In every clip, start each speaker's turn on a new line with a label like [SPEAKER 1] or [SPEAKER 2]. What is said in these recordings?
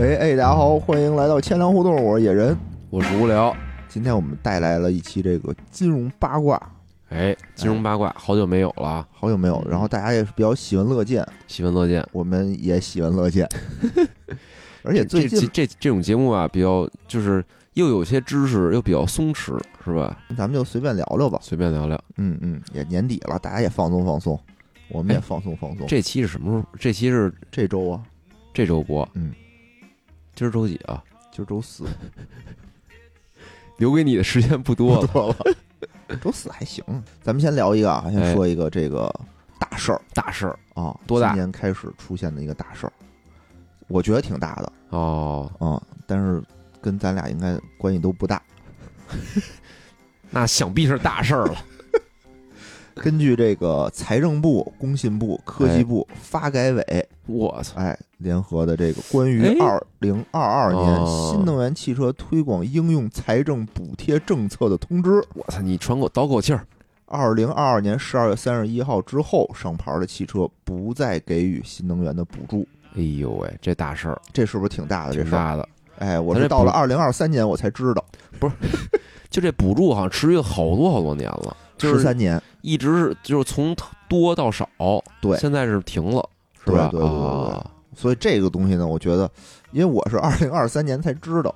[SPEAKER 1] 哎哎，大家好，欢迎来到千粮互动，我是野人。
[SPEAKER 2] 我是无聊。
[SPEAKER 1] 今天我们带来了一期这个金融八卦，
[SPEAKER 2] 哎，金融八卦好久没有了啊，
[SPEAKER 1] 好久没有，然后大家也是比较喜闻乐见，
[SPEAKER 2] 喜闻乐见。
[SPEAKER 1] 我们也喜闻乐 见。而且最
[SPEAKER 2] 这
[SPEAKER 1] 近
[SPEAKER 2] 这这这种节目啊，比较就是又有些知识，又比较松弛，是吧？
[SPEAKER 1] 咱们就随便聊聊吧，
[SPEAKER 2] 随便聊聊。
[SPEAKER 1] 嗯嗯，也年底了，大家也放松放松，我们也放松放松。
[SPEAKER 2] 这期是什么时候？这期是
[SPEAKER 1] 这周啊，
[SPEAKER 2] 这周播，
[SPEAKER 1] 嗯，
[SPEAKER 2] 今儿周几啊？
[SPEAKER 1] 今儿周 四，
[SPEAKER 2] 留给你的时间不多
[SPEAKER 1] 不
[SPEAKER 2] 了。
[SPEAKER 1] 多了，周四还行。咱们先聊一个啊，先说一个这个大事儿
[SPEAKER 2] 大事儿
[SPEAKER 1] 啊，
[SPEAKER 2] 多大
[SPEAKER 1] 今年开始出现的一个大事儿，我觉得挺大的。
[SPEAKER 2] 哦，
[SPEAKER 1] 啊、但是跟咱俩应该关系都不大。
[SPEAKER 2] 那想必是大事儿 了。
[SPEAKER 1] 根据这个财政部、工信部、科
[SPEAKER 2] 哎
[SPEAKER 1] 技部、发改委，
[SPEAKER 2] 我操，
[SPEAKER 1] 哎，联合的这个关于
[SPEAKER 2] 哎
[SPEAKER 1] 二零二二年
[SPEAKER 2] 哦
[SPEAKER 1] 新能源汽车推广应用财政补贴政策的通知，
[SPEAKER 2] 我操，你喘口倒口气儿。
[SPEAKER 1] 二零二二年十二月三十一号之后，上牌的汽车不再给予新能源的补助。
[SPEAKER 2] 哎呦喂，这大事儿
[SPEAKER 1] 这是不是挺大的这
[SPEAKER 2] 挺
[SPEAKER 1] 事儿？
[SPEAKER 2] 大的。
[SPEAKER 1] 哎，我
[SPEAKER 2] 咱
[SPEAKER 1] 是
[SPEAKER 2] 这
[SPEAKER 1] 到了
[SPEAKER 2] 补
[SPEAKER 1] 二零二三年我才知道，
[SPEAKER 2] 就这补助好像持续了好多好多年了，就
[SPEAKER 1] 十
[SPEAKER 2] 是
[SPEAKER 1] 三年，
[SPEAKER 2] 一直是就是从多到少，
[SPEAKER 1] 对
[SPEAKER 2] 现在是停了，是
[SPEAKER 1] 对
[SPEAKER 2] 吧？
[SPEAKER 1] 对对对对
[SPEAKER 2] 啊
[SPEAKER 1] 所以这个东西呢，我觉得，因为我是二零二三年才知道。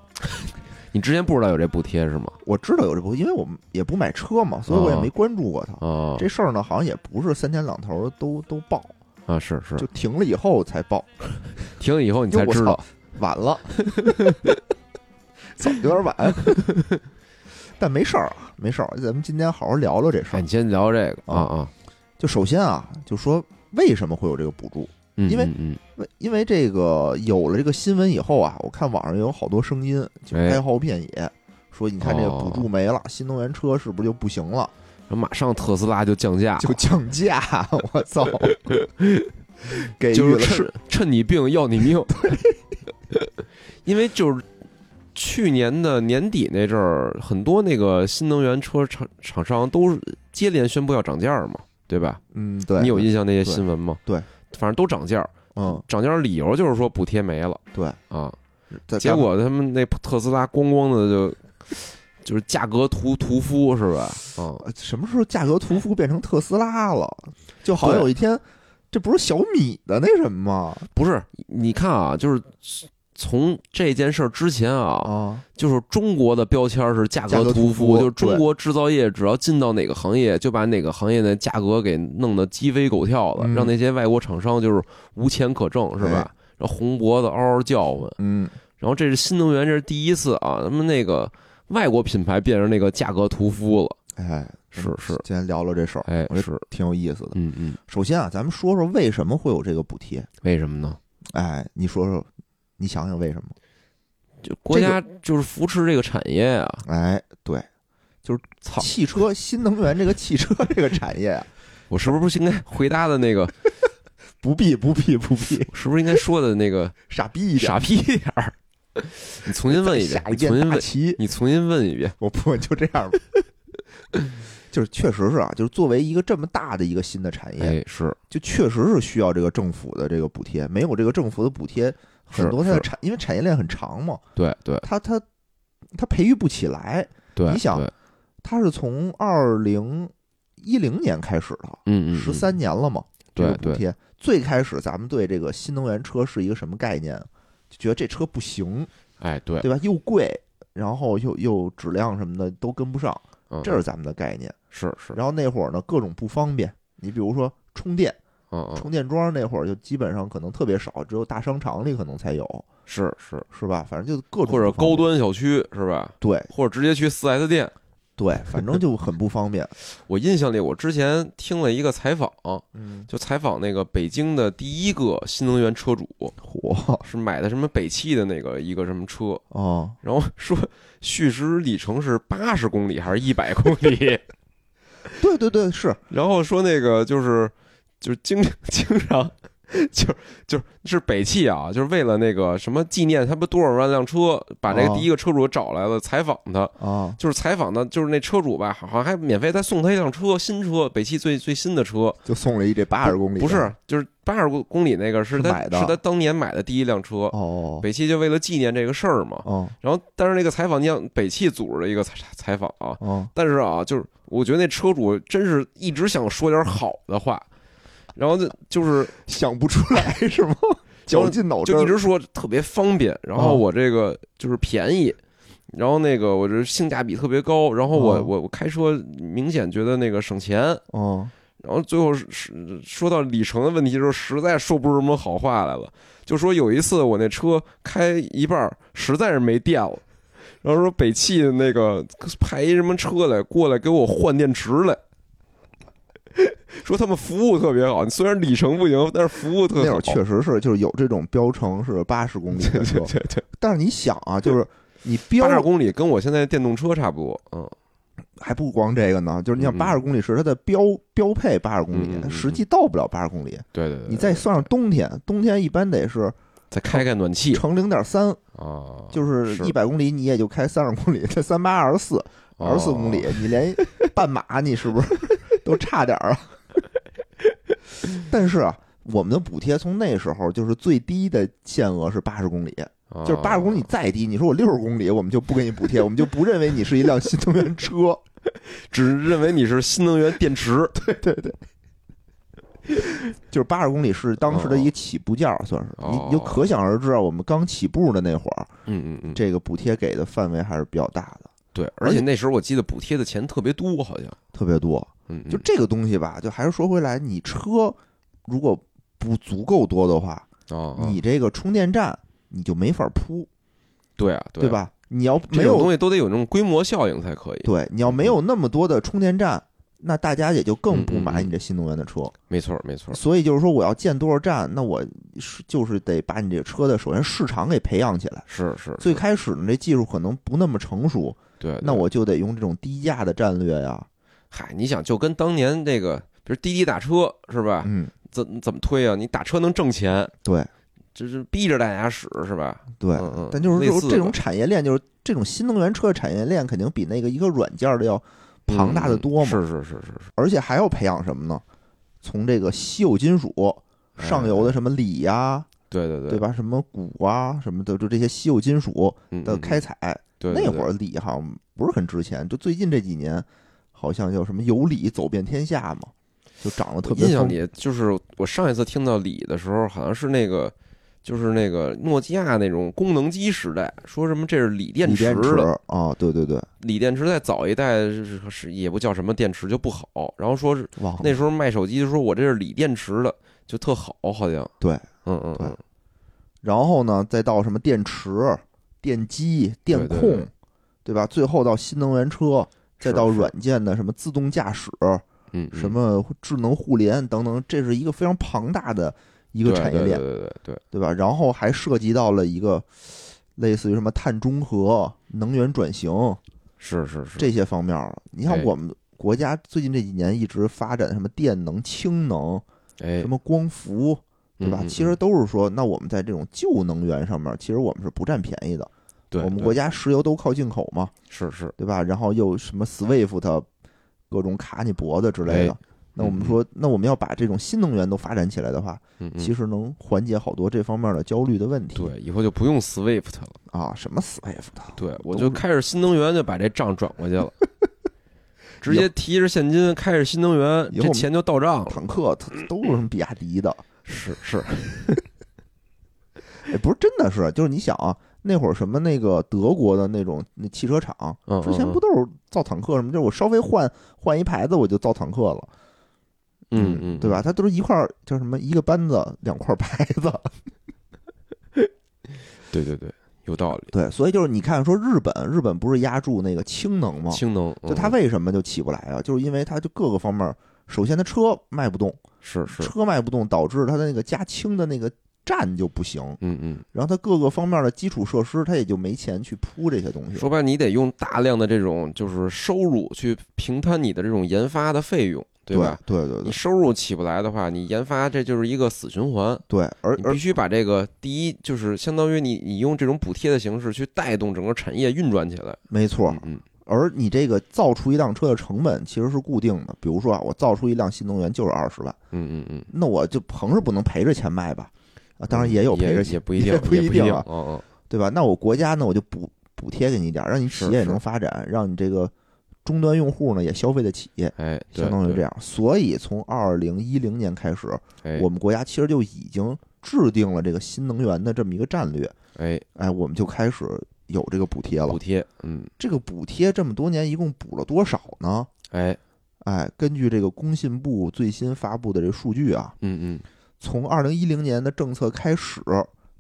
[SPEAKER 2] 你之前不知道有这补贴是吗？
[SPEAKER 1] 我知道有这部，因为我们也不买车嘛，所以我也没关注过它。
[SPEAKER 2] 啊，
[SPEAKER 1] 这事儿呢，好像也不是三天两头儿都都报，
[SPEAKER 2] 啊是是
[SPEAKER 1] 就，停了以后才报，
[SPEAKER 2] 停了以后你才知
[SPEAKER 1] 因为我
[SPEAKER 2] 道
[SPEAKER 1] 操，晚 了，早有点晚， 但没事儿啊，没事儿，咱们今天好好聊聊这事
[SPEAKER 2] 哎，
[SPEAKER 1] 儿
[SPEAKER 2] 你。先聊这个啊啊，
[SPEAKER 1] 就首先啊，就说为什么会有这个补助？
[SPEAKER 2] 嗯
[SPEAKER 1] 因为
[SPEAKER 2] 嗯嗯
[SPEAKER 1] 为因为这个有了这个新闻以后啊，我看网上有好多声音就
[SPEAKER 2] 哎
[SPEAKER 1] 哀嚎遍野，说你看这个补
[SPEAKER 2] 哦
[SPEAKER 1] 助没了，新能源车是不是就不行了？
[SPEAKER 2] 然后马上特斯拉就降价，
[SPEAKER 1] 就降价， 我 操！给
[SPEAKER 2] 就
[SPEAKER 1] 予
[SPEAKER 2] 是
[SPEAKER 1] 了
[SPEAKER 2] 趁趁你病要你 命，因为就是。去年的年底那阵儿，很多那个新能源车厂厂商都是接连宣布要涨价儿嘛，对吧？
[SPEAKER 1] 嗯，对，
[SPEAKER 2] 你有
[SPEAKER 1] 一
[SPEAKER 2] 印象那些
[SPEAKER 1] 对
[SPEAKER 2] 新闻吗？
[SPEAKER 1] 对，
[SPEAKER 2] 反正都涨价儿，
[SPEAKER 1] 嗯，
[SPEAKER 2] 涨价儿理由就是说补贴没了
[SPEAKER 1] 对，
[SPEAKER 2] 啊。
[SPEAKER 1] 在
[SPEAKER 2] 结果他们那特斯拉咣咣的就就是价格屠屠夫是吧？嗯，
[SPEAKER 1] 呃什么时候价格屠夫变成特斯拉了？就好像
[SPEAKER 2] 对啊
[SPEAKER 1] 有一天，这不是小米的那什么吗
[SPEAKER 2] 不是，你看啊，就是从这件事儿之前啊，
[SPEAKER 1] 啊？
[SPEAKER 2] 就是中国的标签是价
[SPEAKER 1] 价格
[SPEAKER 2] 格
[SPEAKER 1] 屠
[SPEAKER 2] 屠
[SPEAKER 1] 夫
[SPEAKER 2] 夫，就是中
[SPEAKER 1] 对
[SPEAKER 2] 国制造业只要进到哪个行业，就把哪个行业的价格给弄得鸡飞狗跳的，
[SPEAKER 1] 嗯哎
[SPEAKER 2] 让那些外国厂商就是无钱可挣是吧？然后红脖子嗷嗷叫唤，
[SPEAKER 1] 嗯，
[SPEAKER 2] 然后这是新能源，这是第一次啊，他们那个外国品牌变成那个价格屠夫了，
[SPEAKER 1] 哎，
[SPEAKER 2] 是是，
[SPEAKER 1] 今天聊聊这事儿，
[SPEAKER 2] 哎
[SPEAKER 1] 我觉得
[SPEAKER 2] 是，
[SPEAKER 1] 挺有意思的。
[SPEAKER 2] 嗯嗯，
[SPEAKER 1] 首先啊，咱们说说为什么会有这个补贴？
[SPEAKER 2] 为什么呢？
[SPEAKER 1] 哎，你说说，你想想为什么？
[SPEAKER 2] 就国家就是扶持这个产业啊，
[SPEAKER 1] 哎，对，
[SPEAKER 2] 操！
[SPEAKER 1] 汽车新能源这个汽车这个产业啊，
[SPEAKER 2] 我是不是应该回答的那个，
[SPEAKER 1] 不必不必不必，
[SPEAKER 2] 是不是应该说的那个
[SPEAKER 1] 傻逼一点。
[SPEAKER 2] 傻逼 一点儿？你重新问一遍
[SPEAKER 1] 下，一
[SPEAKER 2] 你重
[SPEAKER 1] 件
[SPEAKER 2] 新
[SPEAKER 1] 大
[SPEAKER 2] 问，
[SPEAKER 1] 旗，
[SPEAKER 2] 你重新问一遍。
[SPEAKER 1] 我不就这样吧。 就是确实是啊，就是作为一个这么大的一个新的产业，
[SPEAKER 2] 哎，是
[SPEAKER 1] 就确实是需要这个政府的这个补贴，没有这个政府的补贴，
[SPEAKER 2] 是
[SPEAKER 1] 很多它的
[SPEAKER 2] 是
[SPEAKER 1] 产因为产业链很长嘛，
[SPEAKER 2] 对对
[SPEAKER 1] 它它它培育不起来，
[SPEAKER 2] 对，
[SPEAKER 1] 你想
[SPEAKER 2] 对
[SPEAKER 1] 它是从二零一零年开始的，
[SPEAKER 2] 嗯嗯，嗯
[SPEAKER 1] 十三年了嘛，这
[SPEAKER 2] 对
[SPEAKER 1] 个补
[SPEAKER 2] 对
[SPEAKER 1] 贴最开始咱们对这个新能源车是一个什么概念？就觉得这车不行，
[SPEAKER 2] 哎对，
[SPEAKER 1] 对吧？又贵，然后又又质量什么的都跟不上。
[SPEAKER 2] 嗯
[SPEAKER 1] 这是咱们的概念。
[SPEAKER 2] 是是，
[SPEAKER 1] 然后那会儿呢，各种不方便，你比如说充电，
[SPEAKER 2] 嗯嗯
[SPEAKER 1] 充电桩那会儿就基本上可能特别少，只有大商场里可能才有，
[SPEAKER 2] 是是，
[SPEAKER 1] 是吧？反正就各种
[SPEAKER 2] 或者
[SPEAKER 1] 不方
[SPEAKER 2] 高
[SPEAKER 1] 便，
[SPEAKER 2] 端小区是吧？
[SPEAKER 1] 对
[SPEAKER 2] 或者直接去四 S 店。
[SPEAKER 1] 对，反正就很不方便。
[SPEAKER 2] 我印象里，我之前听了一个采访，
[SPEAKER 1] 嗯，
[SPEAKER 2] 就采访那个北京的第一个新能源车主，
[SPEAKER 1] 火
[SPEAKER 2] 是买的什么北汽的那个一个什么车，
[SPEAKER 1] 哦，
[SPEAKER 2] 然后说续时里程是八十公里还是一百公里，
[SPEAKER 1] 对对对，是
[SPEAKER 2] 然后说那个就是就是经经常就是就是是北汽啊，就是为了那个什么纪念他不多少万辆车，把这个
[SPEAKER 1] 哦
[SPEAKER 2] 第一个车主找来了采访他，
[SPEAKER 1] 啊，
[SPEAKER 2] 就是采访的，就是那车主吧，好像还免费再送他一辆车，新车，北汽最最新的车，
[SPEAKER 1] 就送了一这八十公里，
[SPEAKER 2] 不是，就是八十公里那个是
[SPEAKER 1] 是
[SPEAKER 2] 他
[SPEAKER 1] 买的
[SPEAKER 2] 是他当年买的第一辆车，
[SPEAKER 1] 哦
[SPEAKER 2] 北汽就为了纪念这个事儿嘛。
[SPEAKER 1] 哦
[SPEAKER 2] 然后，但是那个采访，你想北汽组织的一个采采访啊，
[SPEAKER 1] 哦，
[SPEAKER 2] 但是啊，就是我觉得那车主真是一直想说点好的话，然后就就是
[SPEAKER 1] 想不出来是 吗？绞尽脑汁
[SPEAKER 2] 就一
[SPEAKER 1] 儿，
[SPEAKER 2] 直说特别方便，然后
[SPEAKER 1] 哦
[SPEAKER 2] 我这个就是便宜，然后那个我这性价比特别高，然后我
[SPEAKER 1] 哦
[SPEAKER 2] 我我开车明显觉得那个省钱，
[SPEAKER 1] 哦
[SPEAKER 2] 然后最后是是说到里程的问题的时候，实在说不出什么好话来了，就说有一次我那车开一半儿实在是没电了，然后说北汽的那个派一什么车来过来给我换电池来。 说他们服务特别好，虽然里程不行，但是服务特好。
[SPEAKER 1] 那会儿确实是就是有这种标成是八十公里的车，
[SPEAKER 2] 对对，
[SPEAKER 1] 但是你想啊，就是你标
[SPEAKER 2] 八十公里跟我现在电动车差不多，嗯，
[SPEAKER 1] 还不光这个呢，就是你想
[SPEAKER 2] 嗯嗯
[SPEAKER 1] 八十公里是它的标标配八十公里
[SPEAKER 2] 嗯嗯，嗯
[SPEAKER 1] 它实际到不了八十公里。
[SPEAKER 2] 对对对，
[SPEAKER 1] 你再算上冬天，冬天一般得是
[SPEAKER 2] 再开开暖气
[SPEAKER 1] 乘零点三，
[SPEAKER 2] 啊，
[SPEAKER 1] 就是
[SPEAKER 2] 是
[SPEAKER 1] 一百公里你也就开三十公里，这三八二十四，
[SPEAKER 2] 哦
[SPEAKER 1] 二十四公里，你连半马你是不 是都差点儿啊？ 但是啊，我们的补贴从那时候就是最低的限额是八十公里，
[SPEAKER 2] 哦，
[SPEAKER 1] 就是八十公里
[SPEAKER 2] 里，
[SPEAKER 1] 你再低，你说我六十公里，我们就不给你补贴，我们就不认为你是一辆新能源车。
[SPEAKER 2] 只认为你是新能源电池，
[SPEAKER 1] 对对，就是八十公里是当时
[SPEAKER 2] 哦
[SPEAKER 1] 的一个起步价，算是你你就可想而知啊，我们刚起步的那会儿，
[SPEAKER 2] 嗯嗯嗯，
[SPEAKER 1] 这个补贴给的范围还是比较大的，
[SPEAKER 2] 对，而且那时候我记得补贴的钱特别多，好像，
[SPEAKER 1] 特别多。
[SPEAKER 2] 嗯，嗯
[SPEAKER 1] 就这个东西吧，就还是说回来，你车如果不足够多的话，
[SPEAKER 2] 哦，哦
[SPEAKER 1] 你这个充电站你就没法铺，
[SPEAKER 2] 对啊，
[SPEAKER 1] 对
[SPEAKER 2] 啊？
[SPEAKER 1] 吧？你要
[SPEAKER 2] 这
[SPEAKER 1] 没
[SPEAKER 2] 种
[SPEAKER 1] 有
[SPEAKER 2] 东西都得有那种规模效应才可以，
[SPEAKER 1] 对，你要没有那么多的充电站，那大家也就更不
[SPEAKER 2] 嗯嗯
[SPEAKER 1] 买
[SPEAKER 2] 嗯
[SPEAKER 1] 你这新能源的车。
[SPEAKER 2] 没错没错，
[SPEAKER 1] 所以就是说，我要建多少站，那我是就是得把你这车的首先市场给培养起来。
[SPEAKER 2] 是是，
[SPEAKER 1] 最开始呢，这技术可能不那么成熟，
[SPEAKER 2] 对，对
[SPEAKER 1] 那我就得用这种低价的战略呀。
[SPEAKER 2] 嗨，你想就跟当年那个，比如滴滴打车是吧？
[SPEAKER 1] 嗯，
[SPEAKER 2] 怎怎么推啊？你打车能挣钱，
[SPEAKER 1] 对
[SPEAKER 2] 就是逼着大家使是吧？
[SPEAKER 1] 对。
[SPEAKER 2] 嗯嗯，
[SPEAKER 1] 但就是
[SPEAKER 2] 类
[SPEAKER 1] 说，
[SPEAKER 2] 似
[SPEAKER 1] 这种
[SPEAKER 2] 吧
[SPEAKER 1] 产业链，就是这种新能源车的产业链，肯定比那个一个软件的要庞大的多嘛。
[SPEAKER 2] 嗯是是是是是，
[SPEAKER 1] 而且还要培养什么呢？从这个稀有金属上游的
[SPEAKER 2] 哎，
[SPEAKER 1] 什么锂呀、
[SPEAKER 2] 对对对
[SPEAKER 1] 对？吧？什么钴啊，什么的，就这些稀有金属
[SPEAKER 2] 嗯
[SPEAKER 1] 的
[SPEAKER 2] 嗯
[SPEAKER 1] 开
[SPEAKER 2] 嗯
[SPEAKER 1] 采，
[SPEAKER 2] 对
[SPEAKER 1] 那会儿锂好像不是很值钱，就最近这几年，好像叫什么有理走遍天下嘛，就涨得特
[SPEAKER 2] 我
[SPEAKER 1] 别
[SPEAKER 2] 印象
[SPEAKER 1] 疯。
[SPEAKER 2] 里就是我上一次听到锂的时候，好像是那个。就是那个诺基亚那种功能机时代，说什么这是锂电
[SPEAKER 1] 锂
[SPEAKER 2] 池
[SPEAKER 1] 电池
[SPEAKER 2] 的，
[SPEAKER 1] 啊、对对对，
[SPEAKER 2] 锂电池在早一代是是也不叫什么电池就不好，然后说是
[SPEAKER 1] 忘了
[SPEAKER 2] 那时候卖手机就说我这是锂电池的，就特好，好像
[SPEAKER 1] 对，
[SPEAKER 2] 嗯嗯
[SPEAKER 1] 对
[SPEAKER 2] 嗯，
[SPEAKER 1] 然后呢，再到什么电池、电机、电控，
[SPEAKER 2] 对对对
[SPEAKER 1] 对吧？最后到新能源车，再
[SPEAKER 2] 是
[SPEAKER 1] 到
[SPEAKER 2] 是
[SPEAKER 1] 软件的什么自动驾驶、
[SPEAKER 2] 嗯
[SPEAKER 1] 什么智能互联等等，这是一个非常庞大的一
[SPEAKER 2] 一
[SPEAKER 1] 个产业链，
[SPEAKER 2] 对对对对对
[SPEAKER 1] 对吧？然后还涉及到了一个类似于什么碳中和、能源转型，
[SPEAKER 2] 是是是，
[SPEAKER 1] 这些方面了。你像
[SPEAKER 2] 哎
[SPEAKER 1] 我们国家最近这几年一直发展什么电能、氢能、
[SPEAKER 2] 哎
[SPEAKER 1] 什么光伏，对吧？
[SPEAKER 2] 嗯嗯
[SPEAKER 1] 其实
[SPEAKER 2] 嗯
[SPEAKER 1] 都是说，那我们在这种旧能源上面，其实我们是不占便宜的。
[SPEAKER 2] 对
[SPEAKER 1] 我们
[SPEAKER 2] 嗯对
[SPEAKER 1] 国家石油都靠进口嘛，
[SPEAKER 2] 是是
[SPEAKER 1] 对吧？然后又什么 SWIFT，各种卡你脖子之类的
[SPEAKER 2] 哎。
[SPEAKER 1] 那我们说，那我们要把这种新能源都发展起来的话，
[SPEAKER 2] 嗯嗯
[SPEAKER 1] 其实能缓解好多这方面的焦虑的问题。
[SPEAKER 2] 对，以后就不用 Swift 了。
[SPEAKER 1] 啊，什么 SWIFT，
[SPEAKER 2] 对，我
[SPEAKER 1] 都
[SPEAKER 2] 就是开始新能源就把这账转过去 了，直接提着现金开始新能源，
[SPEAKER 1] 以后我
[SPEAKER 2] 这
[SPEAKER 1] 们
[SPEAKER 2] 钱就到账了。
[SPEAKER 1] 坦克它都是什么比亚迪的，
[SPEAKER 2] 是是，
[SPEAKER 1] 哎，不是，真的是，就是你想啊，那会儿什么那个德国的那种那汽车厂，
[SPEAKER 2] 嗯
[SPEAKER 1] 之前不都是造坦克什么？就是我稍微换换一牌子，我就造坦克了，
[SPEAKER 2] 嗯嗯，
[SPEAKER 1] 对吧？它都是一块儿叫什么一个班子两块牌子，
[SPEAKER 2] 嗯对对对，有道 理。
[SPEAKER 1] 对，所以就是你看说日本，日本不是压住那个氢能吗？
[SPEAKER 2] 氢能，
[SPEAKER 1] 哦就它
[SPEAKER 2] 嗯
[SPEAKER 1] 为什么就起不来啊？就是因为它就各个方面儿，首先它车卖不动，
[SPEAKER 2] 是是，
[SPEAKER 1] 车卖不动，导致它的那个加氢的那个站就不行，
[SPEAKER 2] 嗯嗯，
[SPEAKER 1] 然后它各个方面的基础设施，它也就没钱去铺这些东西。
[SPEAKER 2] 说白了，你得用大量的这种就是收入去平摊你的这种研发的费用，
[SPEAKER 1] 对
[SPEAKER 2] 吧？
[SPEAKER 1] 对对
[SPEAKER 2] 你
[SPEAKER 1] 对
[SPEAKER 2] 收入起不来的话，你研发这就是一个死循环。
[SPEAKER 1] 对，而
[SPEAKER 2] 你
[SPEAKER 1] 而
[SPEAKER 2] 必须把这个第一，就是相当于你你用这种补贴的形式去带动整个产业运转起来。
[SPEAKER 1] 没错，
[SPEAKER 2] 嗯嗯，
[SPEAKER 1] 而你这个造出一辆车的成本其实是固定的，比如说啊，我造出一辆新能源就是二十万，
[SPEAKER 2] 嗯嗯嗯，
[SPEAKER 1] 那我就横是不能赔着钱卖吧？啊，当然也有赔着
[SPEAKER 2] 嗯也
[SPEAKER 1] 钱，
[SPEAKER 2] 不一定，
[SPEAKER 1] 也
[SPEAKER 2] 也
[SPEAKER 1] 不一定
[SPEAKER 2] 定
[SPEAKER 1] 啊
[SPEAKER 2] 嗯嗯，
[SPEAKER 1] 对吧？那我国家呢，我就补补贴给你一点儿，让你企
[SPEAKER 2] 是
[SPEAKER 1] 业也
[SPEAKER 2] 是
[SPEAKER 1] 能发展，让你这个终端用户呢也消费得起，
[SPEAKER 2] 哎，对
[SPEAKER 1] 相当于
[SPEAKER 2] 对
[SPEAKER 1] 这样。所以从二零一零年开始，
[SPEAKER 2] 哎，
[SPEAKER 1] 我们国家其实就已经制定了这个新能源的这么一个战略，
[SPEAKER 2] 哎
[SPEAKER 1] 哎，我们就开始有这个补贴了
[SPEAKER 2] 补。贴，嗯，
[SPEAKER 1] 这个补贴这么多年一共补了多少呢？
[SPEAKER 2] 哎，
[SPEAKER 1] 哎，根据这个工信部最新发布的这数据啊，
[SPEAKER 2] 嗯嗯，
[SPEAKER 1] 从二零一零年的政策开始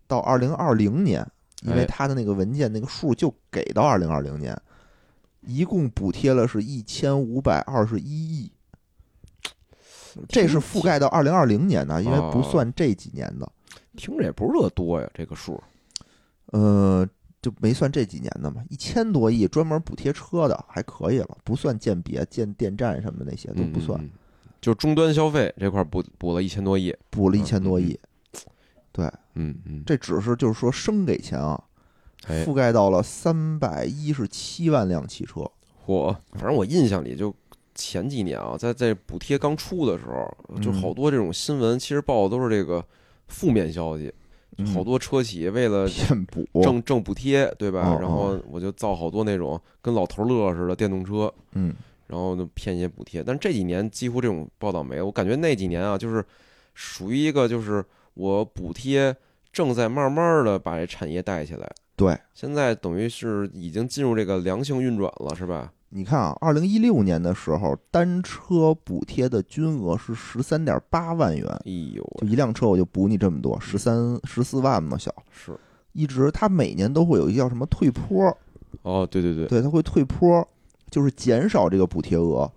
[SPEAKER 1] 到二零二零年，因为
[SPEAKER 2] 哎
[SPEAKER 1] 它的那个文件那个数就给到二零二零年，一共补贴了是一千五百二十一亿，这是覆盖到二零二零年的，因为
[SPEAKER 2] 哦
[SPEAKER 1] 不算这几年的，
[SPEAKER 2] 听着也不是特多呀，这个数，
[SPEAKER 1] 呃，就没算这几年的嘛，一千多亿专门补贴车的还可以了，不算鉴别、建电站什么那些都
[SPEAKER 2] 嗯
[SPEAKER 1] 不算，，
[SPEAKER 2] 嗯嗯就是终端消费这块儿补补了一千多亿，
[SPEAKER 1] 补了一千多
[SPEAKER 2] 嗯嗯嗯
[SPEAKER 1] 亿，对，
[SPEAKER 2] 嗯嗯，
[SPEAKER 1] 这只是就是说生给钱啊，
[SPEAKER 2] 哎
[SPEAKER 1] 覆盖到了三百一十七万辆汽车。
[SPEAKER 2] 我反正我印象里就前几年啊，在在补贴刚出的时候，就
[SPEAKER 1] 嗯
[SPEAKER 2] 好多这种新闻，其实报的都是这个负面消息，就
[SPEAKER 1] 嗯
[SPEAKER 2] 好多车企为了
[SPEAKER 1] 骗补，
[SPEAKER 2] 挣挣补贴，对吧
[SPEAKER 1] 哦哦？
[SPEAKER 2] 然后我就造好多那种跟老头乐似的电动车，
[SPEAKER 1] 嗯，
[SPEAKER 2] 然后呢骗一些补贴。但是这几年几乎这种报道没有，我感觉那几年啊，就是属于一个就是我补贴正在慢慢的把这产业带起来。
[SPEAKER 1] 对，
[SPEAKER 2] 现在等于是已经进入这个良性运转了，是吧？
[SPEAKER 1] 你看啊，二零一六年的时候，单车补贴的金额是十三点八万元，
[SPEAKER 2] 哎呦喂，
[SPEAKER 1] 就一辆车我就补你这么多，十
[SPEAKER 2] 嗯
[SPEAKER 1] 三十四万嘛小。
[SPEAKER 2] 是
[SPEAKER 1] 一直它每年都会有一个叫什么退坡，
[SPEAKER 2] 哦，对对对，
[SPEAKER 1] 对，它会退坡，就是减少这个补贴额。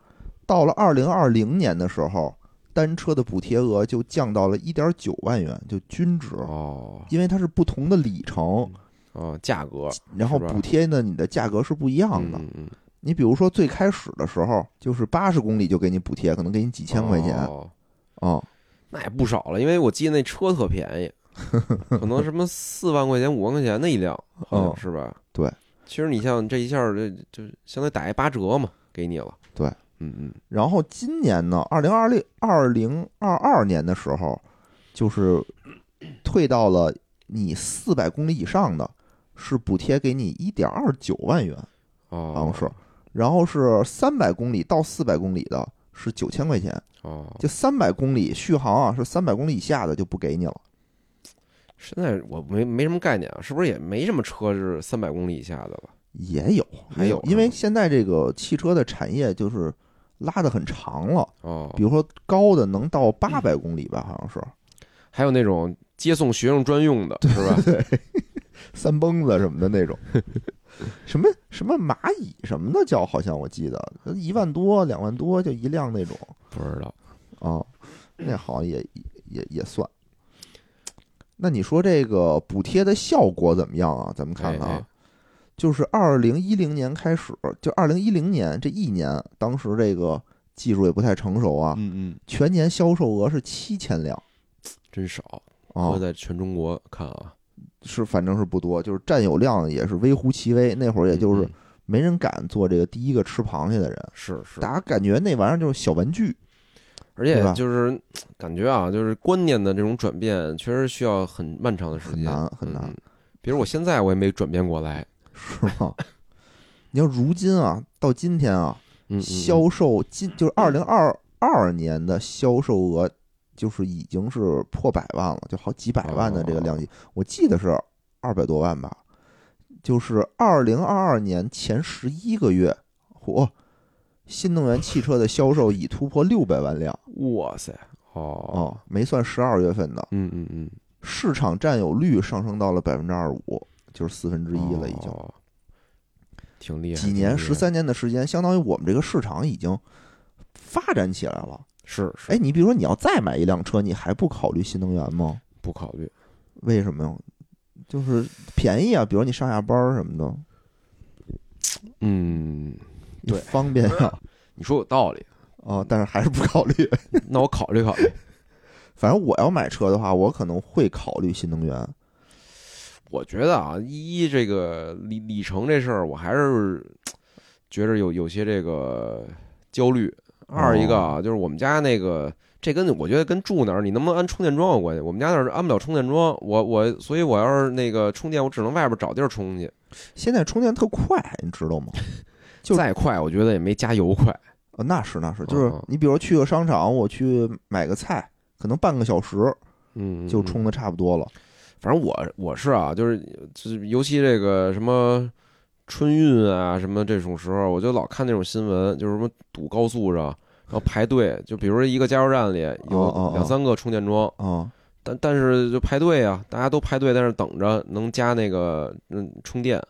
[SPEAKER 1] 到了二零二零年的时候，单车的补贴额就降到了一点九万元，就均值。
[SPEAKER 2] 哦
[SPEAKER 1] 因为它是不同的里程，
[SPEAKER 2] 哦，价格
[SPEAKER 1] 然后
[SPEAKER 2] 是吧
[SPEAKER 1] 补贴呢，你的价格是不一样的。
[SPEAKER 2] 嗯嗯，嗯
[SPEAKER 1] 你比如说最开始的时候，就是八十公里就给你补贴，可能给你几千块钱啊、
[SPEAKER 2] 哦
[SPEAKER 1] 哦
[SPEAKER 2] 那也不少了，因为我记得那车特便宜，可能什么四万块钱、五万块钱那一辆，好像
[SPEAKER 1] 嗯
[SPEAKER 2] 是吧？
[SPEAKER 1] 对，
[SPEAKER 2] 其实你像这一下儿，这就相当于打一八折嘛，给你了。
[SPEAKER 1] 对，
[SPEAKER 2] 嗯嗯，
[SPEAKER 1] 然后今年呢，二零二六、二零二二年的时候，就是退到了你四百公里以上的，是补贴给你一点二九万元，
[SPEAKER 2] 哦，
[SPEAKER 1] 好像是。然后是三百公里到四百公里的是九千块钱，
[SPEAKER 2] 哦，
[SPEAKER 1] 就三百公里续航啊，是三百公里以下的就不给你了。
[SPEAKER 2] 现在我没没什么概念啊，是不是也没什么车是三百公里以下的了？
[SPEAKER 1] 也有，
[SPEAKER 2] 还
[SPEAKER 1] 也
[SPEAKER 2] 有
[SPEAKER 1] 因为
[SPEAKER 2] 是吗
[SPEAKER 1] 现在这个汽车的产业就是拉得很长了，
[SPEAKER 2] 哦
[SPEAKER 1] 比，如说高的能到八百公里吧，好像是
[SPEAKER 2] 还有那种接送学生专用的，是吧？
[SPEAKER 1] 三蹦子什么的那 种，什么什么蚂蚁什么的叫，好像我记得一万多、两万多就一辆那种
[SPEAKER 2] 不知道，
[SPEAKER 1] 啊，那好像也也也算。那你说这个补贴的效果怎么样啊？咱们看看啊，
[SPEAKER 2] 哎哎
[SPEAKER 1] 就是二零一零年开始，就二零一零年这一年，当时这个技术也不太成熟啊，
[SPEAKER 2] 嗯嗯，
[SPEAKER 1] 全年销售额是七千辆
[SPEAKER 2] 真少，
[SPEAKER 1] 啊
[SPEAKER 2] 我，在全中国看啊，
[SPEAKER 1] 是反正是不多，就是占有量也是微乎其微。那会儿也就是
[SPEAKER 2] 嗯嗯
[SPEAKER 1] 没人敢做这个第一个吃螃蟹的人，
[SPEAKER 2] 是是，
[SPEAKER 1] 大家感觉那玩意儿就是小玩具。
[SPEAKER 2] 而
[SPEAKER 1] 对吧
[SPEAKER 2] 且就是感觉啊，就是观念的这种转变，确实需要很漫长的时间，
[SPEAKER 1] 很难很难
[SPEAKER 2] 嗯。嗯比如我现在我也没转变过来，
[SPEAKER 1] 是吗？ 你要如今啊，到今天啊，
[SPEAKER 2] 嗯，嗯
[SPEAKER 1] 销售今就是二零二二年的销售额，就是已经是破百万了，就好几百万的这个
[SPEAKER 2] 哦
[SPEAKER 1] 量级，我记得是二百多万吧。就是二零二二年前十一个月，嚯，新能源汽车的销售已突破六百万辆
[SPEAKER 2] 嗯哇塞，哦，
[SPEAKER 1] 哦，没算十二月份的，
[SPEAKER 2] 嗯嗯嗯，
[SPEAKER 1] 市场占有率上升到了百分之二十五，就是四分之一了，已经。
[SPEAKER 2] 哦，挺厉害，
[SPEAKER 1] 几年
[SPEAKER 2] 挺厉害
[SPEAKER 1] 十三年的时间，相当于我们这个市场已经发展起来了。
[SPEAKER 2] 是是，
[SPEAKER 1] 哎，你比如说你要再买一辆车，你还不考虑新能源吗？
[SPEAKER 2] 不考虑，
[SPEAKER 1] 为什么呀？就是便宜啊，比如你上下班儿什么的，
[SPEAKER 2] 嗯，
[SPEAKER 1] 也
[SPEAKER 2] 对
[SPEAKER 1] 方便呀、
[SPEAKER 2] 嗯你说有道理，
[SPEAKER 1] 哦，但是还是不考虑。
[SPEAKER 2] 那我考虑考虑。
[SPEAKER 1] 反正我要买车的话，我可能会考虑新能源。
[SPEAKER 2] 我觉得啊，一这个里里程这事儿，我还是觉着有有些这个焦虑。二一个
[SPEAKER 1] 哦
[SPEAKER 2] 啊，就是我们家那个，这跟我觉得跟住哪儿，你能不能安充电桩有关系。我们家那儿安不了充电桩，我我所以我要是那个充电，我只能外边找地儿充去。
[SPEAKER 1] 现在充电特快，你知道吗？就
[SPEAKER 2] 再快，我觉得也没加油快。
[SPEAKER 1] 呃，那是那是，就是
[SPEAKER 2] 嗯嗯
[SPEAKER 1] 你比如去个商场，我去买个菜，可能半个小时
[SPEAKER 2] 嗯，
[SPEAKER 1] 就
[SPEAKER 2] 嗯
[SPEAKER 1] 充的差不多了。
[SPEAKER 2] 反正我我是啊，就是就是，尤其这个什么春运啊，什么这种时候，我就老看那种新闻，就是什么堵高速上，然后排队，就比如说一个加油站里
[SPEAKER 1] 哦哦
[SPEAKER 2] 有
[SPEAKER 1] 哦
[SPEAKER 2] 两三个充电桩，
[SPEAKER 1] 啊、
[SPEAKER 2] 但但是就排队啊，大家都排队，但是等着能加那个嗯充电，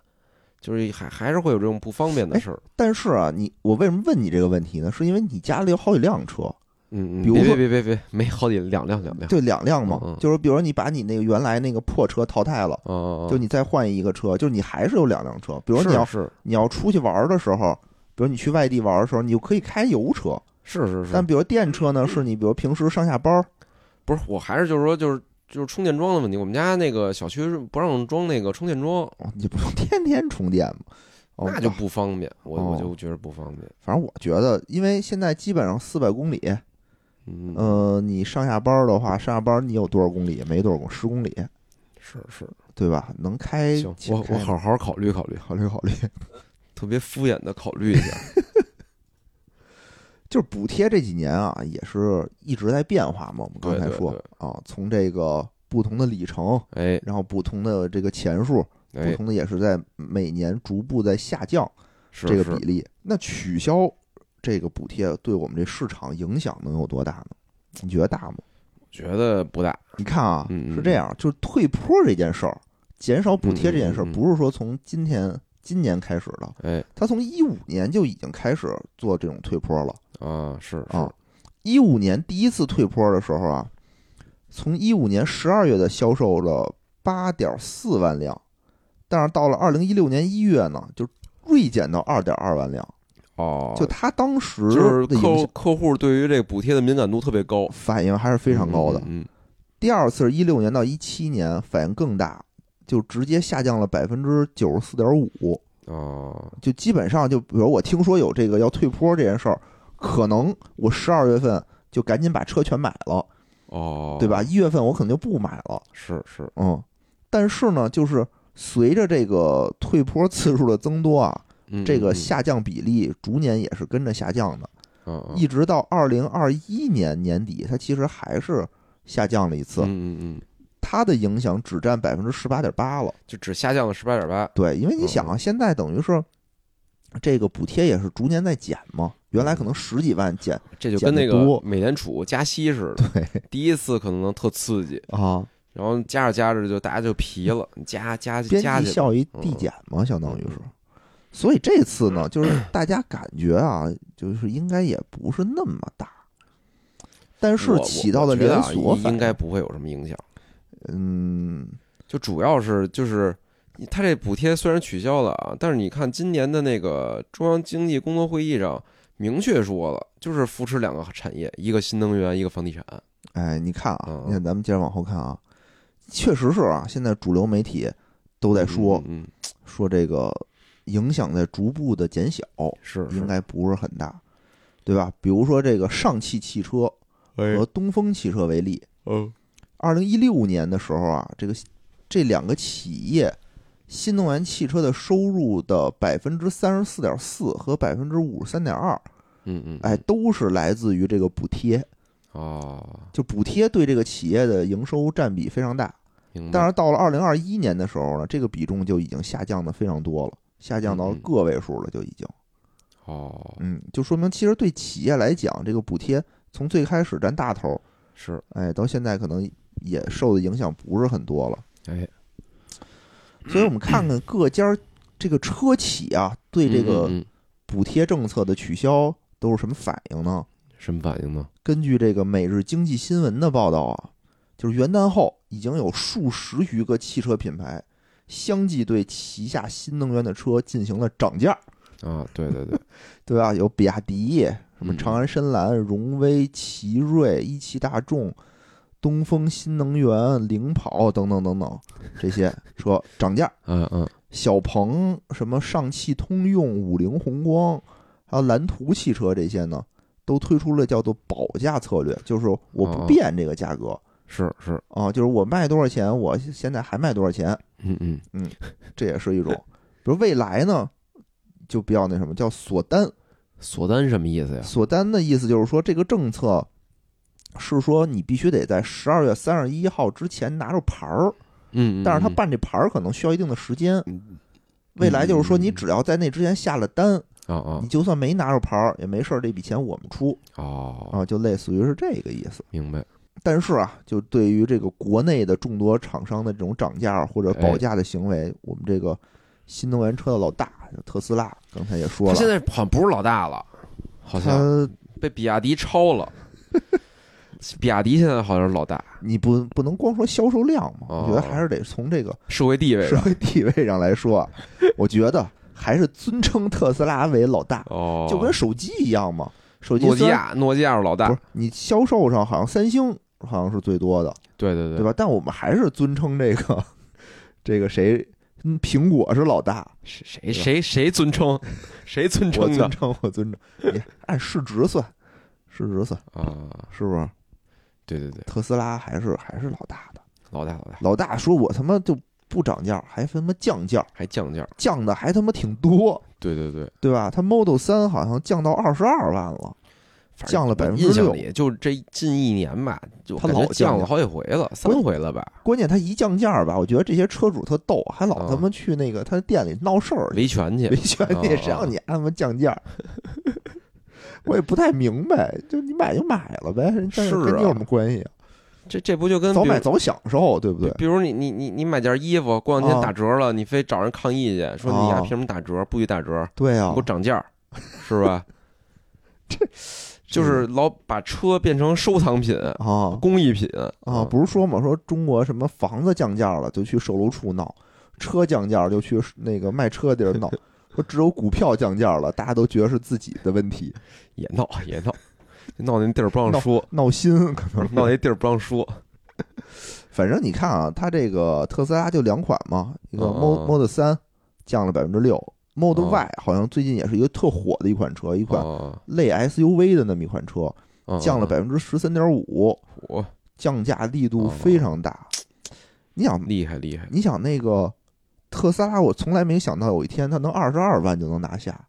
[SPEAKER 2] 就是还还是会有这种不方
[SPEAKER 1] 哎
[SPEAKER 2] 便的事儿。
[SPEAKER 1] 但是啊，你我为什么问你这个问题呢？是因为你家里有好几辆车，
[SPEAKER 2] 嗯嗯，
[SPEAKER 1] 比如
[SPEAKER 2] 别
[SPEAKER 1] 说
[SPEAKER 2] 别别别别，没好几两辆两辆，
[SPEAKER 1] 就两辆嘛。
[SPEAKER 2] 哎嗯嗯
[SPEAKER 1] 就是比如你把你那个原来那个破车淘汰了，
[SPEAKER 2] 哦哦，
[SPEAKER 1] 就你再换一个车，就是你还是有两辆车。比如你要
[SPEAKER 2] 是是
[SPEAKER 1] 你要出去玩的时候，比如你去外地玩的时候，你就可以开油车。
[SPEAKER 2] 是是是，
[SPEAKER 1] 但比如电车呢，是你比如平时上下班儿
[SPEAKER 2] 不是，我还是就是说，就是就是充电桩的问题。我们家那个小区是不让装那个充电桩，
[SPEAKER 1] 哦你不用 天天充电嘛。哦
[SPEAKER 2] 那就不方便。我
[SPEAKER 1] 哦
[SPEAKER 2] 我就觉得不方便。
[SPEAKER 1] 反正我觉得，因为现在基本上四百公里，
[SPEAKER 2] 嗯，
[SPEAKER 1] 呃，你上下班儿的话，上下班儿你有多少公里？没多少公里，十公里，
[SPEAKER 2] 是是，
[SPEAKER 1] 对吧？能开，
[SPEAKER 2] 行，我
[SPEAKER 1] 哎开
[SPEAKER 2] 我好好考虑考虑，
[SPEAKER 1] 考虑考虑，
[SPEAKER 2] 特别敷衍的考虑一下。
[SPEAKER 1] 就是补贴这几年啊，也是一直在变化嘛。我们刚才
[SPEAKER 2] 对对
[SPEAKER 1] 说
[SPEAKER 2] 对
[SPEAKER 1] 啊，从这个不同的里程，
[SPEAKER 2] 哎
[SPEAKER 1] 然后不同的这个钱数，不
[SPEAKER 2] 哎，
[SPEAKER 1] 同的也是在每年逐步在下降
[SPEAKER 2] 是
[SPEAKER 1] 这个
[SPEAKER 2] 是
[SPEAKER 1] 比例。那取消这个补贴对我们这市场影响能有多大呢？你觉得大吗？
[SPEAKER 2] 觉得不大。
[SPEAKER 1] 你看啊，
[SPEAKER 2] 嗯嗯
[SPEAKER 1] 是这样，就是退坡这件事儿，减少补贴这件事儿，
[SPEAKER 2] 嗯嗯嗯嗯
[SPEAKER 1] 不是说从今天今年开始的，
[SPEAKER 2] 哎
[SPEAKER 1] 它从一五年就已经开始做这种退坡了
[SPEAKER 2] 啊，是是
[SPEAKER 1] 啊。一五年第一次退坡的时候啊，从一五年十二月的销售了八点四万辆，但是到了二零一六年一月呢，就锐减到二点二万辆，
[SPEAKER 2] 哦，
[SPEAKER 1] 就它当时
[SPEAKER 2] 就是
[SPEAKER 1] 的
[SPEAKER 2] 客
[SPEAKER 1] 影
[SPEAKER 2] 户
[SPEAKER 1] 响
[SPEAKER 2] 客户对于这个补贴的敏感度特别高，
[SPEAKER 1] 反应还是非常高的。
[SPEAKER 2] 嗯，嗯
[SPEAKER 1] 第二次一六年到一七年反应更大，就直接下降了百分之九十四点五，
[SPEAKER 2] 嗯哦，
[SPEAKER 1] 就基本上就比如我听说有这个要退坡这件事儿，可能我十二月份就赶紧把车全买了，
[SPEAKER 2] 哦，
[SPEAKER 1] 对吧？？一月份我可能就不买了，
[SPEAKER 2] 是是，
[SPEAKER 1] 嗯。但是呢，就是随着这个退坡次数的增多啊，
[SPEAKER 2] 嗯
[SPEAKER 1] 这个，下降比例逐年也是跟着下降的，
[SPEAKER 2] 嗯嗯嗯
[SPEAKER 1] 一直到二零二一年年底，它其实还是下降了一次。
[SPEAKER 2] 嗯嗯嗯，
[SPEAKER 1] 它的影响只占百分之十八点八了。
[SPEAKER 2] 就只下降了十八点八，
[SPEAKER 1] 对，因为你
[SPEAKER 2] 嗯
[SPEAKER 1] 想啊，现在等于是这个补贴也是逐年在减嘛，原来可能十几万减
[SPEAKER 2] 这就跟那
[SPEAKER 1] 减得
[SPEAKER 2] 个
[SPEAKER 1] 多
[SPEAKER 2] 美联储加息似的，第一次可能特刺激，
[SPEAKER 1] 啊，
[SPEAKER 2] 然后加着加着就大家就疲了，加加
[SPEAKER 1] 边
[SPEAKER 2] 加嗯
[SPEAKER 1] 际
[SPEAKER 2] 去，
[SPEAKER 1] 效益递减嘛，相当于是。
[SPEAKER 2] 嗯
[SPEAKER 1] 所以这次呢， 就是大家感觉啊，就是应该也不是那么大，但是
[SPEAKER 2] 我
[SPEAKER 1] 起到的连锁
[SPEAKER 2] 我觉得啊
[SPEAKER 1] 反
[SPEAKER 2] 应该不会有什么影响，
[SPEAKER 1] 嗯，
[SPEAKER 2] 就主要是就是。他这补贴虽然取消了啊，但是你看今年的那个中央经济工作会议上明确说了，就是扶持两个产业，一个新能源，一个房地产。
[SPEAKER 1] 哎，你看啊
[SPEAKER 2] 嗯，
[SPEAKER 1] 你看咱们接着往后看啊，确实是啊，现在主流媒体都在说，
[SPEAKER 2] 嗯，嗯
[SPEAKER 1] 说这个影响在逐步的减小，
[SPEAKER 2] 是
[SPEAKER 1] 应该不是很大，对吧？比如说这个上汽汽车和东风汽车为例，
[SPEAKER 2] 哎嗯
[SPEAKER 1] 二零一六年的时候啊，这个这两个企业新能源汽车的收入的百分之三十四点四和百分之五十三点二，
[SPEAKER 2] 嗯嗯，
[SPEAKER 1] 哎，都是来自于这个补贴，
[SPEAKER 2] 哦，
[SPEAKER 1] 就补贴对这个企业的营收占比非常大。
[SPEAKER 2] 明白。
[SPEAKER 1] 但是到了二零二一年的时候呢，这个比重就已经下降的非常多了，下降到
[SPEAKER 2] 嗯嗯
[SPEAKER 1] 个位数了，就已经。
[SPEAKER 2] 哦，
[SPEAKER 1] 嗯，就说明其实对企业来讲，这个补贴从最开始占大头，
[SPEAKER 2] 是，
[SPEAKER 1] 哎，到现在可能也受的影响不是很多了。
[SPEAKER 2] 哎，
[SPEAKER 1] 所以我们看看各家儿这个车企啊，对这个
[SPEAKER 2] 嗯嗯
[SPEAKER 1] 补贴政策的取消都是什么反应呢？
[SPEAKER 2] 嗯什么反应呢？
[SPEAKER 1] 根据这个《每日经济新闻》的报道啊，就是元旦后已经有数十余个汽车品牌相继对旗下新能源的车进行了涨价，
[SPEAKER 2] 啊，对对对，
[SPEAKER 1] 对吧？有比亚迪、什么
[SPEAKER 2] 嗯
[SPEAKER 1] 长安深蓝、荣威、奇瑞、一汽大众、东风新能源、领跑等等等等这些车涨价。
[SPEAKER 2] 嗯嗯
[SPEAKER 1] 小鹏、什么上汽通用、五菱宏光，还有蓝图汽车这些呢，都推出了叫做保价策略，就是我
[SPEAKER 2] 哦
[SPEAKER 1] 不变这个价格
[SPEAKER 2] 是是
[SPEAKER 1] 啊，就是我卖多少钱，我现在还卖多少钱，
[SPEAKER 2] 嗯嗯
[SPEAKER 1] 这也是一种。比如未来呢，就比较那什么叫锁单，
[SPEAKER 2] 锁单什么意思呀？
[SPEAKER 1] 锁单的意思就是说这个政策。是说你必须得在十二月三十一号之前拿着牌儿，
[SPEAKER 2] 嗯，嗯
[SPEAKER 1] 但是他
[SPEAKER 2] 嗯
[SPEAKER 1] 办这牌儿可能需要一定的时间。未来就是说，
[SPEAKER 2] 嗯
[SPEAKER 1] 你只要在那之前下了单，
[SPEAKER 2] 哦哦
[SPEAKER 1] 你就算没拿着牌儿也没事儿，这笔钱我们出
[SPEAKER 2] 哦，
[SPEAKER 1] 啊，就类似于是这个意思。
[SPEAKER 2] 明白。
[SPEAKER 1] 但是啊，就对于这个国内的众多厂商的这种涨价或
[SPEAKER 2] 哎
[SPEAKER 1] 者保价的行为，我们这个新能源车的老大特斯拉刚才也说
[SPEAKER 2] 他
[SPEAKER 1] 了
[SPEAKER 2] 现，在好像不是老大了，好像
[SPEAKER 1] 他
[SPEAKER 2] 被比亚迪超了。比亚迪现在好像是老大，
[SPEAKER 1] 你不不能光说销售量嘛，
[SPEAKER 2] 哦
[SPEAKER 1] 我觉得还是得从这个
[SPEAKER 2] 社会地位
[SPEAKER 1] 社
[SPEAKER 2] 上
[SPEAKER 1] 会地位上来说啊，我觉得还是尊称特斯拉为老大，
[SPEAKER 2] 哦，
[SPEAKER 1] 就跟手机一样嘛，手机
[SPEAKER 2] 诺基
[SPEAKER 1] 虽然
[SPEAKER 2] 亚，诺基亚是老大
[SPEAKER 1] 不，是你销售上好像三星好像是最多的。
[SPEAKER 2] 对对
[SPEAKER 1] 对？吧？但我们还是尊称这个这个谁，嗯苹果是老大，
[SPEAKER 2] 谁谁谁谁尊称， 谁尊
[SPEAKER 1] 我
[SPEAKER 2] 称的
[SPEAKER 1] 尊称我尊称，你按市值算，市值算
[SPEAKER 2] 啊？
[SPEAKER 1] 是不是？
[SPEAKER 2] 对对对，
[SPEAKER 1] 特斯拉还是还是老大的，
[SPEAKER 2] 老大老大
[SPEAKER 1] 老大说我他妈就不涨价，还他妈降价，
[SPEAKER 2] 还降价，
[SPEAKER 1] 降的还他妈挺多，
[SPEAKER 2] 对对对，
[SPEAKER 1] 对吧？它 Model 三好像降到二十二万了，
[SPEAKER 2] 反正
[SPEAKER 1] 降了
[SPEAKER 2] 我
[SPEAKER 1] 百分之
[SPEAKER 2] 印象
[SPEAKER 1] 六
[SPEAKER 2] 里就这近一年吧，就
[SPEAKER 1] 他
[SPEAKER 2] 感觉
[SPEAKER 1] 老降
[SPEAKER 2] 降
[SPEAKER 1] 价
[SPEAKER 2] 了好几回了，三回了吧？
[SPEAKER 1] 关键它一降价吧，我觉得这些车主特逗，还老
[SPEAKER 2] 啊
[SPEAKER 1] 他妈去那个他店里闹事儿去，
[SPEAKER 2] 维权去
[SPEAKER 1] 维，权
[SPEAKER 2] 哦
[SPEAKER 1] 你谁让你他妈降价？我也不太明白，就你买就买了呗，人家
[SPEAKER 2] 是啊
[SPEAKER 1] 跟你有什么关系啊？
[SPEAKER 2] 这这不就跟
[SPEAKER 1] 早
[SPEAKER 2] 比如
[SPEAKER 1] 买早享受，对不对
[SPEAKER 2] 比？比如你你你你买件衣服，过两天
[SPEAKER 1] 啊
[SPEAKER 2] 打折了，你非找人抗议去，说你呀、
[SPEAKER 1] 啊
[SPEAKER 2] 凭什么打折？不许打折，
[SPEAKER 1] 对
[SPEAKER 2] 你
[SPEAKER 1] 啊
[SPEAKER 2] 给我，涨价儿，是吧？
[SPEAKER 1] 这
[SPEAKER 2] 就是老把车变成收藏品、
[SPEAKER 1] 啊
[SPEAKER 2] 工艺品
[SPEAKER 1] 啊，不是说嘛，说中国什么房子降价了就去售楼处闹，车降价就去那个卖车地儿 闹，说只有股票降价了，大家都觉得是自己的问 题，
[SPEAKER 2] 也闹也闹，闹那地儿不让
[SPEAKER 1] 闹
[SPEAKER 2] 说，
[SPEAKER 1] 闹心可能。
[SPEAKER 2] 闹那地儿不 让说，
[SPEAKER 1] 反正你看啊，它这个特斯拉就两款嘛，一个
[SPEAKER 2] 嗯
[SPEAKER 1] Model Model 三降了百分之六，Model
[SPEAKER 2] 嗯
[SPEAKER 1] Y 好像最近也是一个特火的一款车，一款
[SPEAKER 2] 啊
[SPEAKER 1] 类 SUV 的那么一款车，
[SPEAKER 2] 嗯
[SPEAKER 1] 降了百分之十三点五，
[SPEAKER 2] 五，
[SPEAKER 1] 降价力度
[SPEAKER 2] 嗯
[SPEAKER 1] 非常大。你想，
[SPEAKER 2] 厉害厉害，
[SPEAKER 1] 你想那个特斯拉，我从来没想到有一天它能二十二万就能拿下。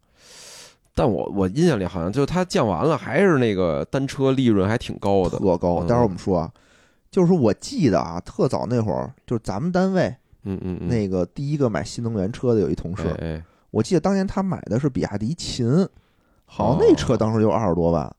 [SPEAKER 2] 但我我印象里好像就是它降完了，还是那个单车利润还挺高的，
[SPEAKER 1] 特高。
[SPEAKER 2] 嗯
[SPEAKER 1] 待会儿我们说啊，就是说我记得啊，特早那会儿，就是咱们单位
[SPEAKER 2] 嗯嗯嗯，
[SPEAKER 1] 那个第一个买新能源车的有一同事，
[SPEAKER 2] 哎哎
[SPEAKER 1] 我记得当年他买的是比亚迪秦，好像那
[SPEAKER 2] 哦
[SPEAKER 1] 车当时就二十多万，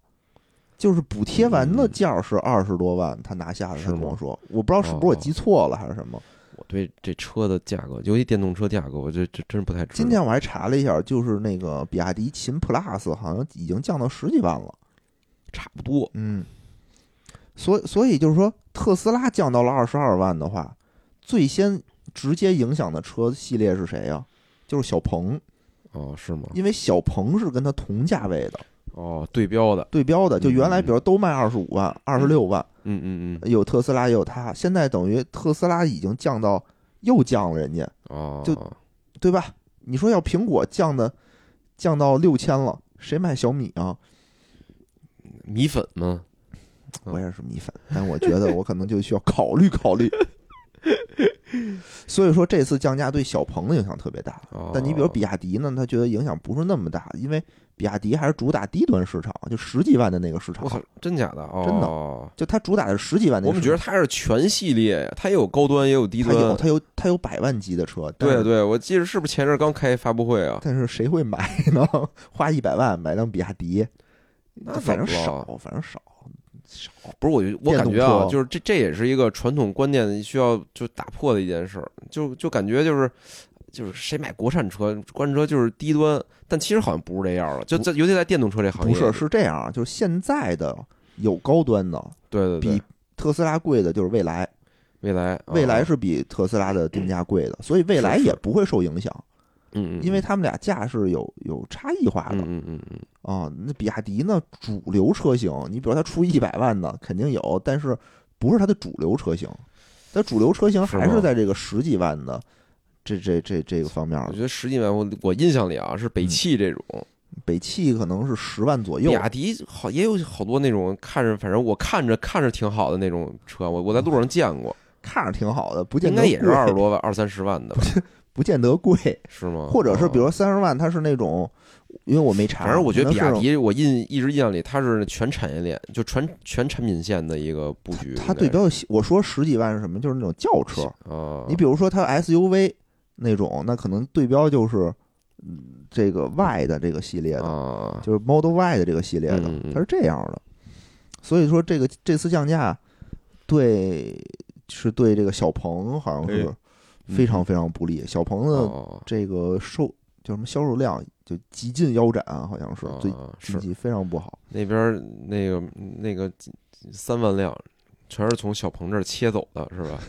[SPEAKER 1] 就是补贴完的
[SPEAKER 2] 嗯
[SPEAKER 1] 价是二十多万，他拿下的。
[SPEAKER 2] 是
[SPEAKER 1] 他跟
[SPEAKER 2] 吗哦
[SPEAKER 1] 我说，我不知道是不是我记错了还是什么。
[SPEAKER 2] 我对这车的价格，尤其电动车价格，我这这真是不太知道。
[SPEAKER 1] 今天我还查了一下，就是那个比亚迪秦 Plus 好像已经降到十几万了。
[SPEAKER 2] 差不多，
[SPEAKER 1] 嗯，所以所以就是说，特斯拉降到了二十二万的话，最先直接影响的车系列是谁呀、就是小鹏，
[SPEAKER 2] 哦，是吗？
[SPEAKER 1] 因为小鹏是跟它同价位的
[SPEAKER 2] 哦，对标的，
[SPEAKER 1] 对标的，就原来
[SPEAKER 2] 嗯
[SPEAKER 1] 比如都卖二十五万、二十六万。
[SPEAKER 2] 嗯嗯嗯，
[SPEAKER 1] 有特斯拉也有它，现在等于特斯拉已经降到又降了人家，哎
[SPEAKER 2] 哦，
[SPEAKER 1] 就对吧？你说要苹果降的降到六千了，谁买小米啊？
[SPEAKER 2] 米粉吗？嗯
[SPEAKER 1] 我也是米粉，但我觉得我可能就需要考虑考虑。所以说这次降价对小鹏的影响特别大，
[SPEAKER 2] 哦，
[SPEAKER 1] 但你比如比亚迪呢，他觉得影响不是那么大，因为比亚迪还是主打低端市场，就十几万的那个市场
[SPEAKER 2] 我，操，真假的？哦，
[SPEAKER 1] 真的
[SPEAKER 2] 的。
[SPEAKER 1] 就它主打的是十几万那
[SPEAKER 2] 我
[SPEAKER 1] 个
[SPEAKER 2] 们
[SPEAKER 1] 市
[SPEAKER 2] 觉
[SPEAKER 1] 场。
[SPEAKER 2] 得它是全系列，它也有高端，也有低
[SPEAKER 1] 它有
[SPEAKER 2] 端。
[SPEAKER 1] 它有它有百万级的车，但是
[SPEAKER 2] 对对，我记得是不是前阵儿刚开发布会啊？
[SPEAKER 1] 但是谁会买呢？ 花一百万买辆比亚迪，
[SPEAKER 2] 那
[SPEAKER 1] 反正
[SPEAKER 2] 怎么了
[SPEAKER 1] 少，反正少少。
[SPEAKER 2] 不是我就，我感觉
[SPEAKER 1] 电动
[SPEAKER 2] 啊，
[SPEAKER 1] 车
[SPEAKER 2] 就是这这也是一个传统观念需要就打破的一件事儿，就就感觉就是就是谁买国产车，国产车就是低端，但其实好像不是这样了，就在尤其在电动车这行
[SPEAKER 1] 不
[SPEAKER 2] 业，
[SPEAKER 1] 是，是这样啊，就是现在的有高端的，
[SPEAKER 2] 对对对
[SPEAKER 1] 比，特斯拉贵的就是蔚来，
[SPEAKER 2] 未来
[SPEAKER 1] 蔚来
[SPEAKER 2] 啊
[SPEAKER 1] 是比特斯拉的定价贵的，所以蔚来
[SPEAKER 2] 嗯是是
[SPEAKER 1] 也不会受影响。
[SPEAKER 2] 嗯，嗯
[SPEAKER 1] 因为他们俩价是有有差异化的
[SPEAKER 2] 嗯嗯嗯嗯
[SPEAKER 1] 啊、那比亚迪呢，主流车型，你比如它出一百万的肯定有，但是不是它的主流车型，它主流车型
[SPEAKER 2] 是
[SPEAKER 1] 还
[SPEAKER 2] 吗
[SPEAKER 1] 是在这个十几万的这这这这个方面儿
[SPEAKER 2] 嗯，我觉得十几万，我我印象里啊是
[SPEAKER 1] 嗯
[SPEAKER 2] 北汽这种，
[SPEAKER 1] 北汽可能是十万左
[SPEAKER 2] 比
[SPEAKER 1] 右，
[SPEAKER 2] 亚迪好也有好多那种看着，反正我看着看着挺好的那种车，我我在路上见过，
[SPEAKER 1] 看着挺好的，不见
[SPEAKER 2] 应
[SPEAKER 1] 得
[SPEAKER 2] 该也是
[SPEAKER 1] 贵
[SPEAKER 2] 二十，多万、二三十万的吧，
[SPEAKER 1] 不见得贵，
[SPEAKER 2] 是吗？
[SPEAKER 1] 或者是比
[SPEAKER 2] 哦，
[SPEAKER 1] 如三十万，它是那种，因为我没查，
[SPEAKER 2] 反正我觉得比亚
[SPEAKER 1] 可能啊是
[SPEAKER 2] 迪，我印一直印象里它是全产业链，就全全产品线的一个布局。
[SPEAKER 1] 它对标，我说十几万是什么，就是那种轿车，
[SPEAKER 2] 啊，
[SPEAKER 1] 你比如说它 SUV 那种，那可能对标就是嗯这个 Y 的这个系列的，
[SPEAKER 2] 啊，
[SPEAKER 1] 就是 Model Y 的这个系列的
[SPEAKER 2] 嗯嗯，
[SPEAKER 1] 它是这样的。所以说这个这次降价对是对这个小鹏好像是非常非常不利，小鹏的
[SPEAKER 2] 嗯哦
[SPEAKER 1] 这个售叫什么销售量就极尽腰斩，好像是
[SPEAKER 2] 啊
[SPEAKER 1] 最
[SPEAKER 2] 是
[SPEAKER 1] 经济非常不好。
[SPEAKER 2] 那边儿那个那个三万辆，全是从小鹏这儿切走的，是吧？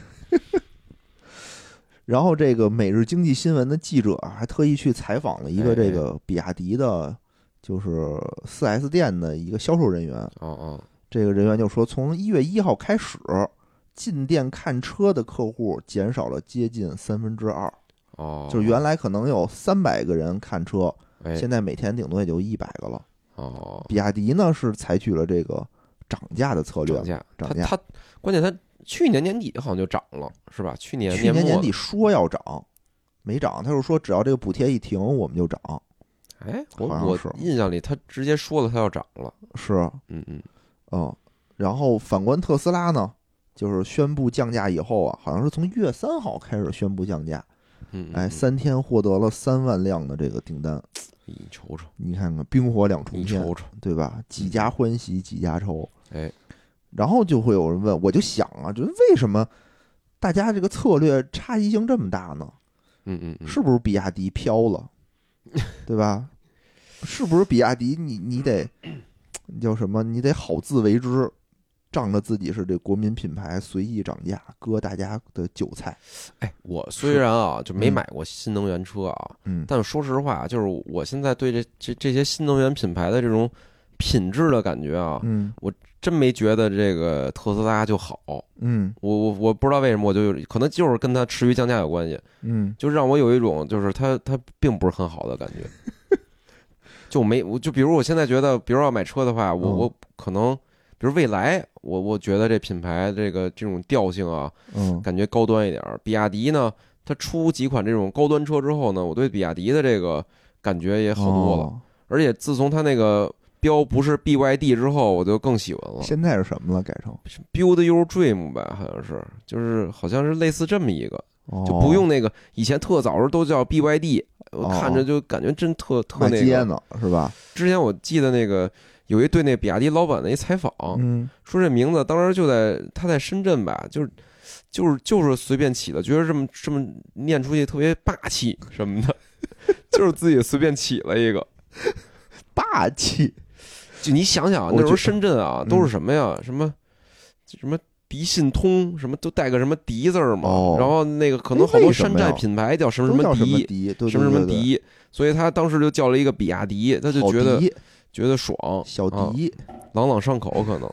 [SPEAKER 1] 然后这个《每日经济新闻》的记者啊还特意去采访了一
[SPEAKER 2] 哎哎
[SPEAKER 1] 个这个比亚迪的，就是4 S 店的一个销售人员。
[SPEAKER 2] 哦哦，
[SPEAKER 1] 这个人员就说，从一月一号开始，进店看车的客户减少了接近三分之二，
[SPEAKER 2] 哦，
[SPEAKER 1] 就是原来可能有三百个人看车，
[SPEAKER 2] 哎
[SPEAKER 1] 现在每天顶多也就一百个了。
[SPEAKER 2] 哦，
[SPEAKER 1] 比亚迪呢是采取了这个涨价的策略
[SPEAKER 2] 涨，价，
[SPEAKER 1] 涨
[SPEAKER 2] 它
[SPEAKER 1] 价
[SPEAKER 2] 它关键它去年年底好像就涨了，是吧？去年
[SPEAKER 1] 去年
[SPEAKER 2] 末
[SPEAKER 1] 年底说要涨，没涨，他就说只要这个补贴一停，我们就涨。
[SPEAKER 2] 哎，我
[SPEAKER 1] 好像
[SPEAKER 2] 我
[SPEAKER 1] 是
[SPEAKER 2] 印象里他直接说了他要涨了，
[SPEAKER 1] 是，
[SPEAKER 2] 嗯嗯，
[SPEAKER 1] 嗯，然后反观特斯拉呢，就是宣布降价以后啊，好像是从一月三号开始宣布降价，
[SPEAKER 2] 嗯，嗯
[SPEAKER 1] 哎，
[SPEAKER 2] 嗯
[SPEAKER 1] 三天获得了三万辆的这个订单，
[SPEAKER 2] 你瞅瞅，
[SPEAKER 1] 你看看冰火两重
[SPEAKER 2] 你
[SPEAKER 1] 天，
[SPEAKER 2] 瞅瞅，
[SPEAKER 1] 对吧？几家欢喜几家愁，
[SPEAKER 2] 嗯哎，
[SPEAKER 1] 然后就会有人问，我就想啊，就是为什么大家这个策略差异性这么大呢？
[SPEAKER 2] 嗯嗯嗯，
[SPEAKER 1] 是不是比亚迪飘 了，对吧？是不是比亚迪你你 得你叫什么？你得好自为之，仗着自己是这国民品牌，随意涨价，割大家的韭菜。
[SPEAKER 2] 哎，我虽然啊就没
[SPEAKER 1] 嗯
[SPEAKER 2] 买过新能源车啊，
[SPEAKER 1] 嗯，
[SPEAKER 2] 但说实话，就是我现在对这这这些新能源品牌的这种品质的感觉啊，
[SPEAKER 1] 嗯
[SPEAKER 2] 真没觉得这个特斯拉就好。
[SPEAKER 1] 嗯
[SPEAKER 2] 我我我不知道为什么，我就可能就是跟它持续降价有关系，
[SPEAKER 1] 嗯，
[SPEAKER 2] 就让我有一种就是它它并不是很好的感觉。 就没我就比如我现在觉得，比如要买车的话，我
[SPEAKER 1] 嗯
[SPEAKER 2] 我可能比如未来，我我觉得这品牌这个这种调性啊，
[SPEAKER 1] 嗯
[SPEAKER 2] 感觉高端一点儿。比亚迪呢，它出几款这种高端车之后呢，我对比亚迪的这个感觉也好多了。
[SPEAKER 1] 哦
[SPEAKER 2] 而且自从它那个标不是 BYD 之后，我就更喜欢了。
[SPEAKER 1] 哦现在是什么了？改成
[SPEAKER 2] Build Your Dream 吧，好像是，就是好像是类似这么一个，
[SPEAKER 1] 哦
[SPEAKER 2] 就不用那个以前特早时候都叫 BYD，我
[SPEAKER 1] 哦
[SPEAKER 2] 看着就感觉真特特
[SPEAKER 1] 卖
[SPEAKER 2] 那
[SPEAKER 1] 街
[SPEAKER 2] 个。
[SPEAKER 1] 呢，是吧？
[SPEAKER 2] 之前我记得那个有一对那比亚迪老板的一采访，
[SPEAKER 1] 嗯
[SPEAKER 2] 说这名字当时就在他在深圳吧，就是就是就是随便起的，觉得这么这么念出去特别霸气什么的， 就是自己随便起了一个。
[SPEAKER 1] 霸气。
[SPEAKER 2] 就你想想啊，
[SPEAKER 1] 我
[SPEAKER 2] 那时候
[SPEAKER 1] 觉
[SPEAKER 2] 深圳啊
[SPEAKER 1] 嗯
[SPEAKER 2] 都是什么呀？什么什么迪信通，什么都带个什么迪字儿嘛。
[SPEAKER 1] 哦
[SPEAKER 2] 然后那个可
[SPEAKER 1] 哎
[SPEAKER 2] 能好多
[SPEAKER 1] 为什
[SPEAKER 2] 山
[SPEAKER 1] 么
[SPEAKER 2] 寨
[SPEAKER 1] 呀
[SPEAKER 2] 品牌叫什么
[SPEAKER 1] 都叫什么
[SPEAKER 2] 迪，
[SPEAKER 1] 迪？对
[SPEAKER 2] 什么什
[SPEAKER 1] 对
[SPEAKER 2] 么，
[SPEAKER 1] 对对
[SPEAKER 2] 迪，所以他当时就叫了一个比亚迪，他就
[SPEAKER 1] 好
[SPEAKER 2] 觉得
[SPEAKER 1] 迪
[SPEAKER 2] 觉得爽，
[SPEAKER 1] 小
[SPEAKER 2] 啊
[SPEAKER 1] 迪，
[SPEAKER 2] 朗朗上口可能。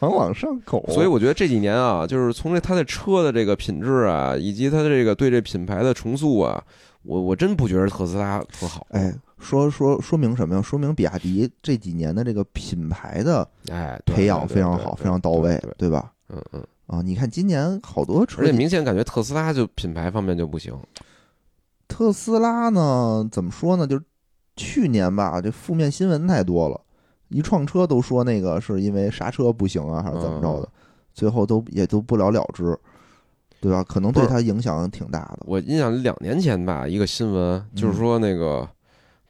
[SPEAKER 1] 朗朗上口。
[SPEAKER 2] 哦所以我觉得这几年啊，就是从这它的车的这个品质啊，以及它的这个对这品牌的重塑啊，我我真不觉得特斯拉特好。
[SPEAKER 1] 哎，说说说明什么呀？说明比亚迪这几年的这个品牌的
[SPEAKER 2] 哎，对
[SPEAKER 1] 培养非常
[SPEAKER 2] 对
[SPEAKER 1] 好，非
[SPEAKER 2] 对
[SPEAKER 1] 常到位
[SPEAKER 2] 对对，
[SPEAKER 1] 对吧？
[SPEAKER 2] 嗯嗯，
[SPEAKER 1] 啊，你看今年好多
[SPEAKER 2] 而
[SPEAKER 1] 车
[SPEAKER 2] 且
[SPEAKER 1] 企，
[SPEAKER 2] 明显感觉特斯拉就品牌方面就不行。
[SPEAKER 1] 特斯拉呢，怎么说呢？就是去年吧，这负面新闻太多了，一创车都说那个是因为刹车不行啊，还是怎么着
[SPEAKER 2] 嗯
[SPEAKER 1] 的，最后都也都不了了之，对吧？可能对
[SPEAKER 2] 不是
[SPEAKER 1] 它影响挺大的。
[SPEAKER 2] 我印象里两年前吧，一个新闻就是
[SPEAKER 1] 嗯
[SPEAKER 2] 说那个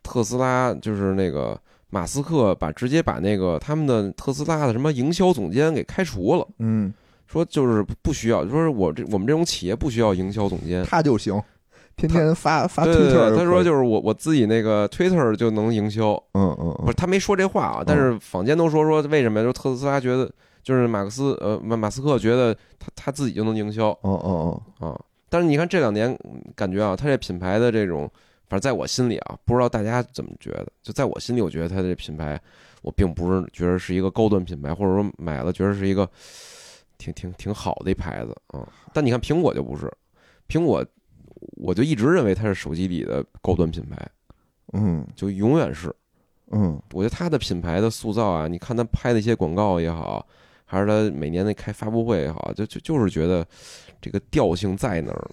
[SPEAKER 2] 特斯拉，就是那个马斯克把直接把那个他们的特斯拉的什么营销总监给开除了，
[SPEAKER 1] 嗯，
[SPEAKER 2] 说就是不需要，说是我这我们这种企业不需要营销总监。
[SPEAKER 1] 它就行，天天发发
[SPEAKER 2] 对
[SPEAKER 1] 推
[SPEAKER 2] 对
[SPEAKER 1] 特，
[SPEAKER 2] 对，他说就是我我自己那个 Twitter 就能营销，
[SPEAKER 1] 嗯嗯
[SPEAKER 2] 不是
[SPEAKER 1] 嗯，
[SPEAKER 2] 他没说这话啊，但是坊间都说说为什么呀？就是特斯拉觉得就是马克思呃马马斯克觉得他他自己就能营销
[SPEAKER 1] 哦哦哦，
[SPEAKER 2] 啊，但是你看这两年，嗯感觉啊，它这品牌的这种，反正在我心里啊，不知道大家怎么觉得，就在我心里，我觉得它这品牌，我并不是觉得是一个高端品牌，或者说买了觉得是一个挺挺挺好的一牌子啊。但你看苹果就不是，苹果我就一直认为它是手机里的高端品牌，
[SPEAKER 1] 嗯
[SPEAKER 2] 就永远是。
[SPEAKER 1] 嗯
[SPEAKER 2] 我觉得它的品牌的塑造啊，你看它拍的一些广告也好，还是它每年那开发布会也好，就就就是觉得这个调性在那儿。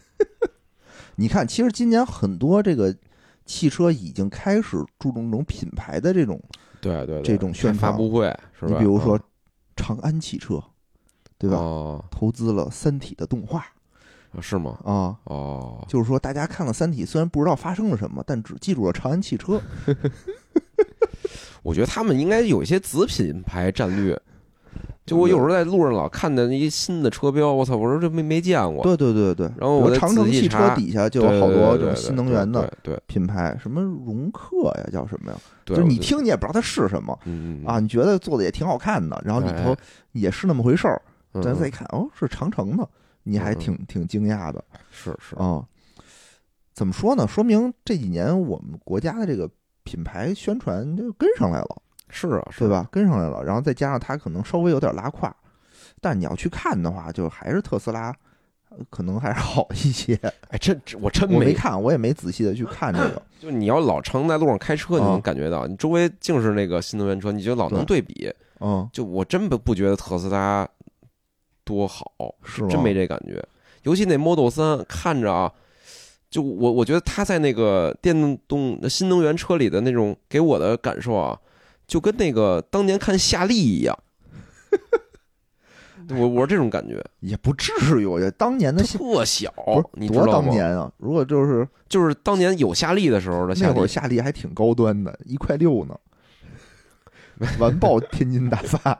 [SPEAKER 1] 你看，其实今年很多这个汽车已经开始注重这种品牌的这种，
[SPEAKER 2] 对对对，
[SPEAKER 1] 这种宣
[SPEAKER 2] 开发
[SPEAKER 1] 传
[SPEAKER 2] 布会是
[SPEAKER 1] 你
[SPEAKER 2] 吧？
[SPEAKER 1] 比如说
[SPEAKER 2] 嗯
[SPEAKER 1] 长安汽车，对吧？
[SPEAKER 2] 哦，
[SPEAKER 1] 投资了《三体》的动画
[SPEAKER 2] 是吗？
[SPEAKER 1] 啊，
[SPEAKER 2] 哦，
[SPEAKER 1] 就是说大家看了《三体》，虽然不知道发生了什么，但只记住了长安汽车。
[SPEAKER 2] 我觉得他们应该有一些子品牌战略。就我有时候在路上老看见一新的车标，我操，我说这没没见过。
[SPEAKER 1] 对对对对。
[SPEAKER 2] 然后我
[SPEAKER 1] 比如
[SPEAKER 2] 再
[SPEAKER 1] 长城
[SPEAKER 2] 仔细
[SPEAKER 1] 汽
[SPEAKER 2] 查
[SPEAKER 1] 车底下就
[SPEAKER 2] 对，
[SPEAKER 1] 有好多
[SPEAKER 2] 对
[SPEAKER 1] 这种新能源的，
[SPEAKER 2] 对对
[SPEAKER 1] 品牌，什么容克呀，叫什么呀？
[SPEAKER 2] 对，
[SPEAKER 1] 就是
[SPEAKER 2] 我
[SPEAKER 1] 你
[SPEAKER 2] 就，
[SPEAKER 1] 听你也不知道它是什么
[SPEAKER 2] 嗯嗯
[SPEAKER 1] 啊，你觉得做的也挺好看的，然后里头
[SPEAKER 2] 哎
[SPEAKER 1] 也是那么回事儿，
[SPEAKER 2] 嗯，
[SPEAKER 1] 咱
[SPEAKER 2] 嗯
[SPEAKER 1] 再一看，哦，是长城的，你还
[SPEAKER 2] 嗯
[SPEAKER 1] 挺挺惊讶的。
[SPEAKER 2] 是是，
[SPEAKER 1] 啊、怎么说呢？说明这几年我们国家的这个品牌宣传就跟上来了，
[SPEAKER 2] 是啊，是
[SPEAKER 1] 对吧？跟上来了，然后再加上它可能稍微有点拉胯，但你要去看的话，就还是特斯拉。呃可能还是好一些，
[SPEAKER 2] 哎，真真我真
[SPEAKER 1] 我
[SPEAKER 2] 没
[SPEAKER 1] 看，我也没仔细的去看这 个。
[SPEAKER 2] 就你要老常在路上开车，你
[SPEAKER 1] 啊
[SPEAKER 2] 能感觉到，你周围净是那个新能源车，你就老能对比。
[SPEAKER 1] 嗯，
[SPEAKER 2] 就我真不不觉得特斯拉多好，
[SPEAKER 1] 是吗？
[SPEAKER 2] 真没这感觉。尤其那 Model 三看着啊，就我我觉得它在那个电动新能源车里的那种给我的感受啊，就跟那个当年看夏利一样。 我我是这种感觉，
[SPEAKER 1] 也不至于。我觉得当年的夏
[SPEAKER 2] 特小
[SPEAKER 1] 不是，
[SPEAKER 2] 你知
[SPEAKER 1] 多
[SPEAKER 2] 道
[SPEAKER 1] 当
[SPEAKER 2] 吗？
[SPEAKER 1] 年啊！如果就是
[SPEAKER 2] 就是当年有夏利的时候的夏
[SPEAKER 1] 那
[SPEAKER 2] 利
[SPEAKER 1] 会儿，夏利还挺高端的，一块六 呢，完爆天津大发。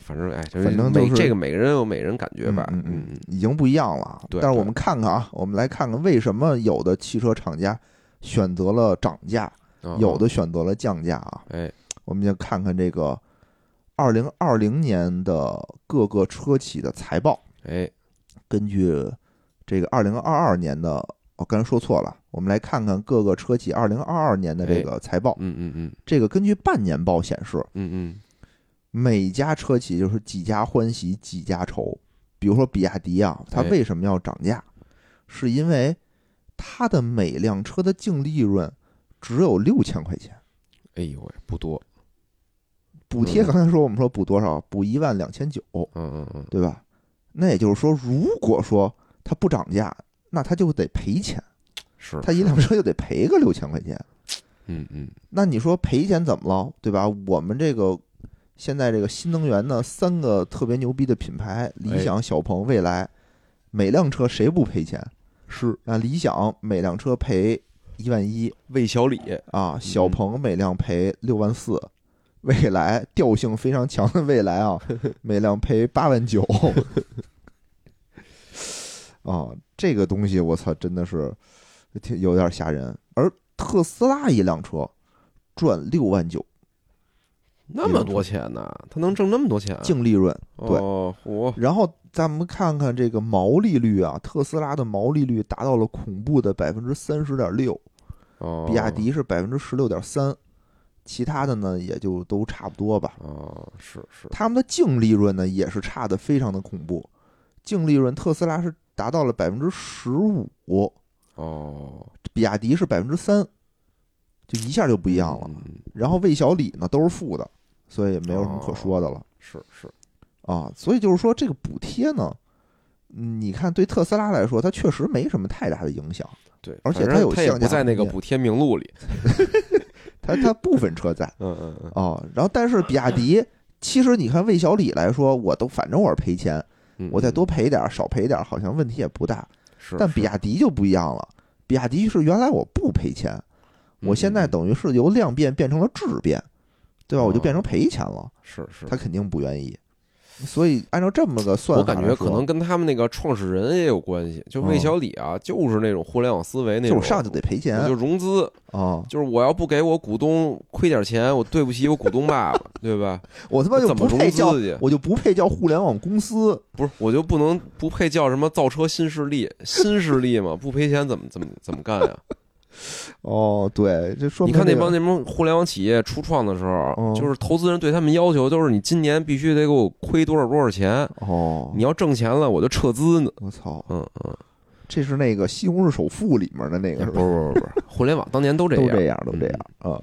[SPEAKER 2] 反正哎，就
[SPEAKER 1] 反正
[SPEAKER 2] 每
[SPEAKER 1] 就是
[SPEAKER 2] 这个每个人有每个人感觉吧，
[SPEAKER 1] 嗯嗯
[SPEAKER 2] 嗯
[SPEAKER 1] 嗯，已经不一样了啊。
[SPEAKER 2] 对
[SPEAKER 1] 但是我
[SPEAKER 2] 对
[SPEAKER 1] 们看看啊，我们来看看为什么有的汽车厂家选择了涨价，
[SPEAKER 2] 啊
[SPEAKER 1] 有的选择了降价啊。
[SPEAKER 2] 哎，
[SPEAKER 1] 我们就看看这个二零二零年的各个车企的财报，
[SPEAKER 2] 哎，
[SPEAKER 1] 根据这个二零二二年的，我刚才说错了，我们来看看各个车企二零二二年的这个财报。
[SPEAKER 2] 嗯嗯嗯
[SPEAKER 1] 这个根据半年报显示，
[SPEAKER 2] 嗯嗯，
[SPEAKER 1] 每家车企就是几家欢喜几家愁。比如说比亚迪啊，它
[SPEAKER 2] 哎
[SPEAKER 1] 为什么要涨价？是因为它的每辆车的净利润只有六千块钱，
[SPEAKER 2] 哎呦喂，不多，
[SPEAKER 1] 补贴
[SPEAKER 2] 嗯
[SPEAKER 1] 刚才说我们说补多少？补一万两千九，
[SPEAKER 2] 嗯嗯嗯，
[SPEAKER 1] 对吧？那也就是说，如果说它不涨价，那它就得赔钱，
[SPEAKER 2] 是，
[SPEAKER 1] 它一辆车就得赔个六千块钱。
[SPEAKER 2] 嗯嗯，
[SPEAKER 1] 那你说赔钱怎么了，对吧？我们这个现在这个新能源呢，三个特别牛逼的品牌，理想、小鹏、蔚来，每辆车谁不赔钱？
[SPEAKER 2] 是
[SPEAKER 1] 那理想每辆车赔一万一
[SPEAKER 2] 魏小李，
[SPEAKER 1] 啊，小鹏每辆赔六万四。蔚来调性非常强的蔚来 啊，每辆赔八万九，啊，这个东西我操，真的是挺有点吓人。而特斯拉一辆车赚六万九，
[SPEAKER 2] 那么多钱呢？他能挣那么多钱啊？
[SPEAKER 1] 净利润。对
[SPEAKER 2] 哦，我
[SPEAKER 1] 然后咱们看看这个毛利率啊，特斯拉的毛利率达到了恐怖的百分之三十点六，
[SPEAKER 2] 哦，
[SPEAKER 1] 比亚迪是百分之十六点三，其他的呢也就都差不多吧。
[SPEAKER 2] 哦，是是，
[SPEAKER 1] 他们的净利润呢也是差的非常的恐怖，净利润特斯拉是达到了百分之十五，
[SPEAKER 2] 哦，
[SPEAKER 1] 比亚迪是百分之三，就一下就不
[SPEAKER 2] 不
[SPEAKER 1] 一样了。，
[SPEAKER 2] 嗯
[SPEAKER 1] 然后魏小李呢都是负的，所以没有什么可说的了。
[SPEAKER 2] 是是，
[SPEAKER 1] 啊，所以就是说这个补贴呢，嗯你看对特斯拉来说，它确实没什么太大的影响，
[SPEAKER 2] 对，
[SPEAKER 1] 而且
[SPEAKER 2] 反
[SPEAKER 1] 它
[SPEAKER 2] 正
[SPEAKER 1] 有
[SPEAKER 2] 他也
[SPEAKER 1] 降
[SPEAKER 2] 不
[SPEAKER 1] 价
[SPEAKER 2] 在那个
[SPEAKER 1] 空间
[SPEAKER 2] 补贴名录里，
[SPEAKER 1] 它它部分车在
[SPEAKER 2] 嗯嗯嗯
[SPEAKER 1] 啊，然后但是比亚迪，其实你看魏小李来说，我都反正我是赔钱，
[SPEAKER 2] 嗯，
[SPEAKER 1] 我再
[SPEAKER 2] 嗯
[SPEAKER 1] 多赔点儿少赔点儿，好像问题也不大。
[SPEAKER 2] 是，
[SPEAKER 1] 但比
[SPEAKER 2] 是
[SPEAKER 1] 亚迪就不一样了，比亚迪是原来我不赔钱，我现在
[SPEAKER 2] 嗯嗯哦
[SPEAKER 1] 等于是由量变变成了质变，对吧？我就变成赔钱了，
[SPEAKER 2] 是是
[SPEAKER 1] 他肯定不愿意。所以按照这么个算
[SPEAKER 2] 我
[SPEAKER 1] 法来
[SPEAKER 2] 感
[SPEAKER 1] 说，
[SPEAKER 2] 觉可能跟他们那个创始人也有关系。就魏
[SPEAKER 1] 嗯
[SPEAKER 2] 小李啊，就是那种互联网思维那种，
[SPEAKER 1] 就是上去得赔钱
[SPEAKER 2] 我就
[SPEAKER 1] 啊、
[SPEAKER 2] 融资，
[SPEAKER 1] 哦
[SPEAKER 2] 就是我要不给我股东亏点钱，我对不起我股东爸爸，对吧？
[SPEAKER 1] 我他妈就
[SPEAKER 2] 怎么
[SPEAKER 1] 不
[SPEAKER 2] 融
[SPEAKER 1] 配叫
[SPEAKER 2] 资，去？
[SPEAKER 1] 我就不配叫互联网公司。
[SPEAKER 2] 不是，我就不能不配叫什么造车新势 力，新势力嘛，不赔钱怎么怎么怎么干呀？
[SPEAKER 1] 哦，对，这说
[SPEAKER 2] 你
[SPEAKER 1] 明
[SPEAKER 2] 看那
[SPEAKER 1] 这个
[SPEAKER 2] 帮那帮互联网企业初创的时候
[SPEAKER 1] 嗯，
[SPEAKER 2] 就是投资人对他们要求都是你今年必须得给我亏多少多少钱，
[SPEAKER 1] 哦，
[SPEAKER 2] 你要挣钱了我就撤资 呢。
[SPEAKER 1] 我操，
[SPEAKER 2] 嗯嗯，哎
[SPEAKER 1] 这是那个《西红柿首富》里面的那个
[SPEAKER 2] 不
[SPEAKER 1] 是吧？
[SPEAKER 2] 是不是不是，互联网当年都这
[SPEAKER 1] 都这
[SPEAKER 2] 样。嗯
[SPEAKER 1] 样，都这样啊、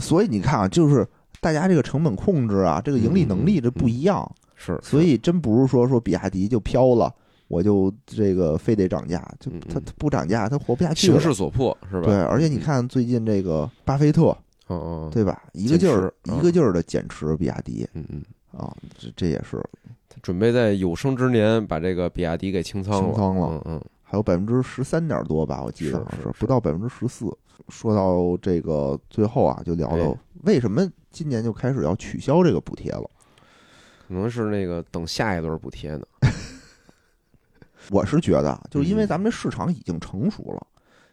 [SPEAKER 1] 所以你看啊，就是大家这个成本控制啊，这个盈利能力这不一样，
[SPEAKER 2] 嗯是，
[SPEAKER 1] 所以真不是说说比亚迪就飘了，我就这个非得涨价，就
[SPEAKER 2] 嗯嗯
[SPEAKER 1] 它它不涨价，它活不下去
[SPEAKER 2] 形
[SPEAKER 1] 了。
[SPEAKER 2] 势所迫是吧？
[SPEAKER 1] 对，而且你看最近这个巴菲特，
[SPEAKER 2] 嗯，嗯嗯，
[SPEAKER 1] 对吧？一个劲儿、
[SPEAKER 2] 减持嗯
[SPEAKER 1] 一个劲儿的减持比亚迪
[SPEAKER 2] 嗯嗯，
[SPEAKER 1] 啊，这这也是
[SPEAKER 2] 他准备在有生之年把这个比亚迪给清仓了。
[SPEAKER 1] 清仓了
[SPEAKER 2] 嗯嗯，
[SPEAKER 1] 还有百分之十三点多吧，我记得啊
[SPEAKER 2] 是是
[SPEAKER 1] 不到百分之十四。说到这个最后啊，就聊到
[SPEAKER 2] 哎
[SPEAKER 1] 为什么今年就开始要取消这个补贴了。
[SPEAKER 2] 可能是那个等下一轮补贴呢。
[SPEAKER 1] 我是觉得啊，就是因为
[SPEAKER 2] 嗯
[SPEAKER 1] 咱们这市场已经成熟了，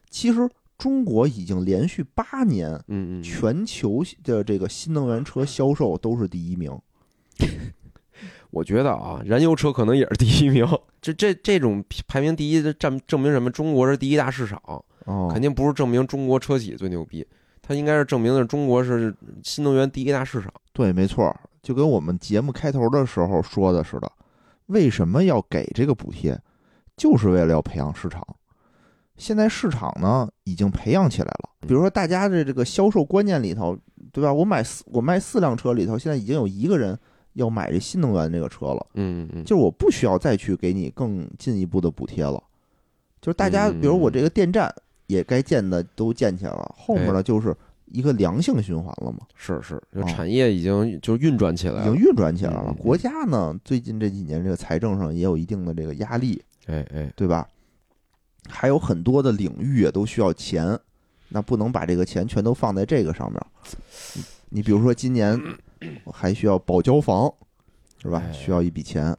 [SPEAKER 1] 其实中国已经连续八年
[SPEAKER 2] 嗯嗯，嗯
[SPEAKER 1] 全球的这个新能源车销售都是第一名。
[SPEAKER 2] 我觉得啊，燃油车可能也是第一名。 这这这种排名第一，这证证明什么？中国是第一大市场，
[SPEAKER 1] 哦
[SPEAKER 2] 肯定不是证明中国车企最牛逼，它应该是证明的是中国是新能源第一大市场。
[SPEAKER 1] 对，没错，就跟我们节目开头的时候说的似的，为什么要给这个补贴，就是为了要培养市场。现在市场呢已经培养起来了，
[SPEAKER 2] 嗯
[SPEAKER 1] 比如说大家的这个销售观念里头，对吧？我买四我卖四辆车里头，现在已经有一个人要买这新能源这个车了。
[SPEAKER 2] 嗯嗯，嗯
[SPEAKER 1] 就是我不需要再去给你更进一步的补贴了。就是大家，
[SPEAKER 2] 嗯哎
[SPEAKER 1] 比如我这个电站也该建的都建起来了，后面呢就是一个良性循环了嘛，
[SPEAKER 2] 是是，就
[SPEAKER 1] 哦
[SPEAKER 2] 产业已经就运转起来
[SPEAKER 1] 已经。
[SPEAKER 2] 了
[SPEAKER 1] 运转起来
[SPEAKER 2] 嗯
[SPEAKER 1] 了
[SPEAKER 2] 嗯。嗯
[SPEAKER 1] 国家呢最近这几年这个财政上也有一定的这个压力，
[SPEAKER 2] 哎哎，
[SPEAKER 1] 对吧？还有很多的领域也都需要钱，那不能把这个钱全都放在这个上面。你你比如说今年还需要保交房，是吧
[SPEAKER 2] 哎？
[SPEAKER 1] 需要一笔钱，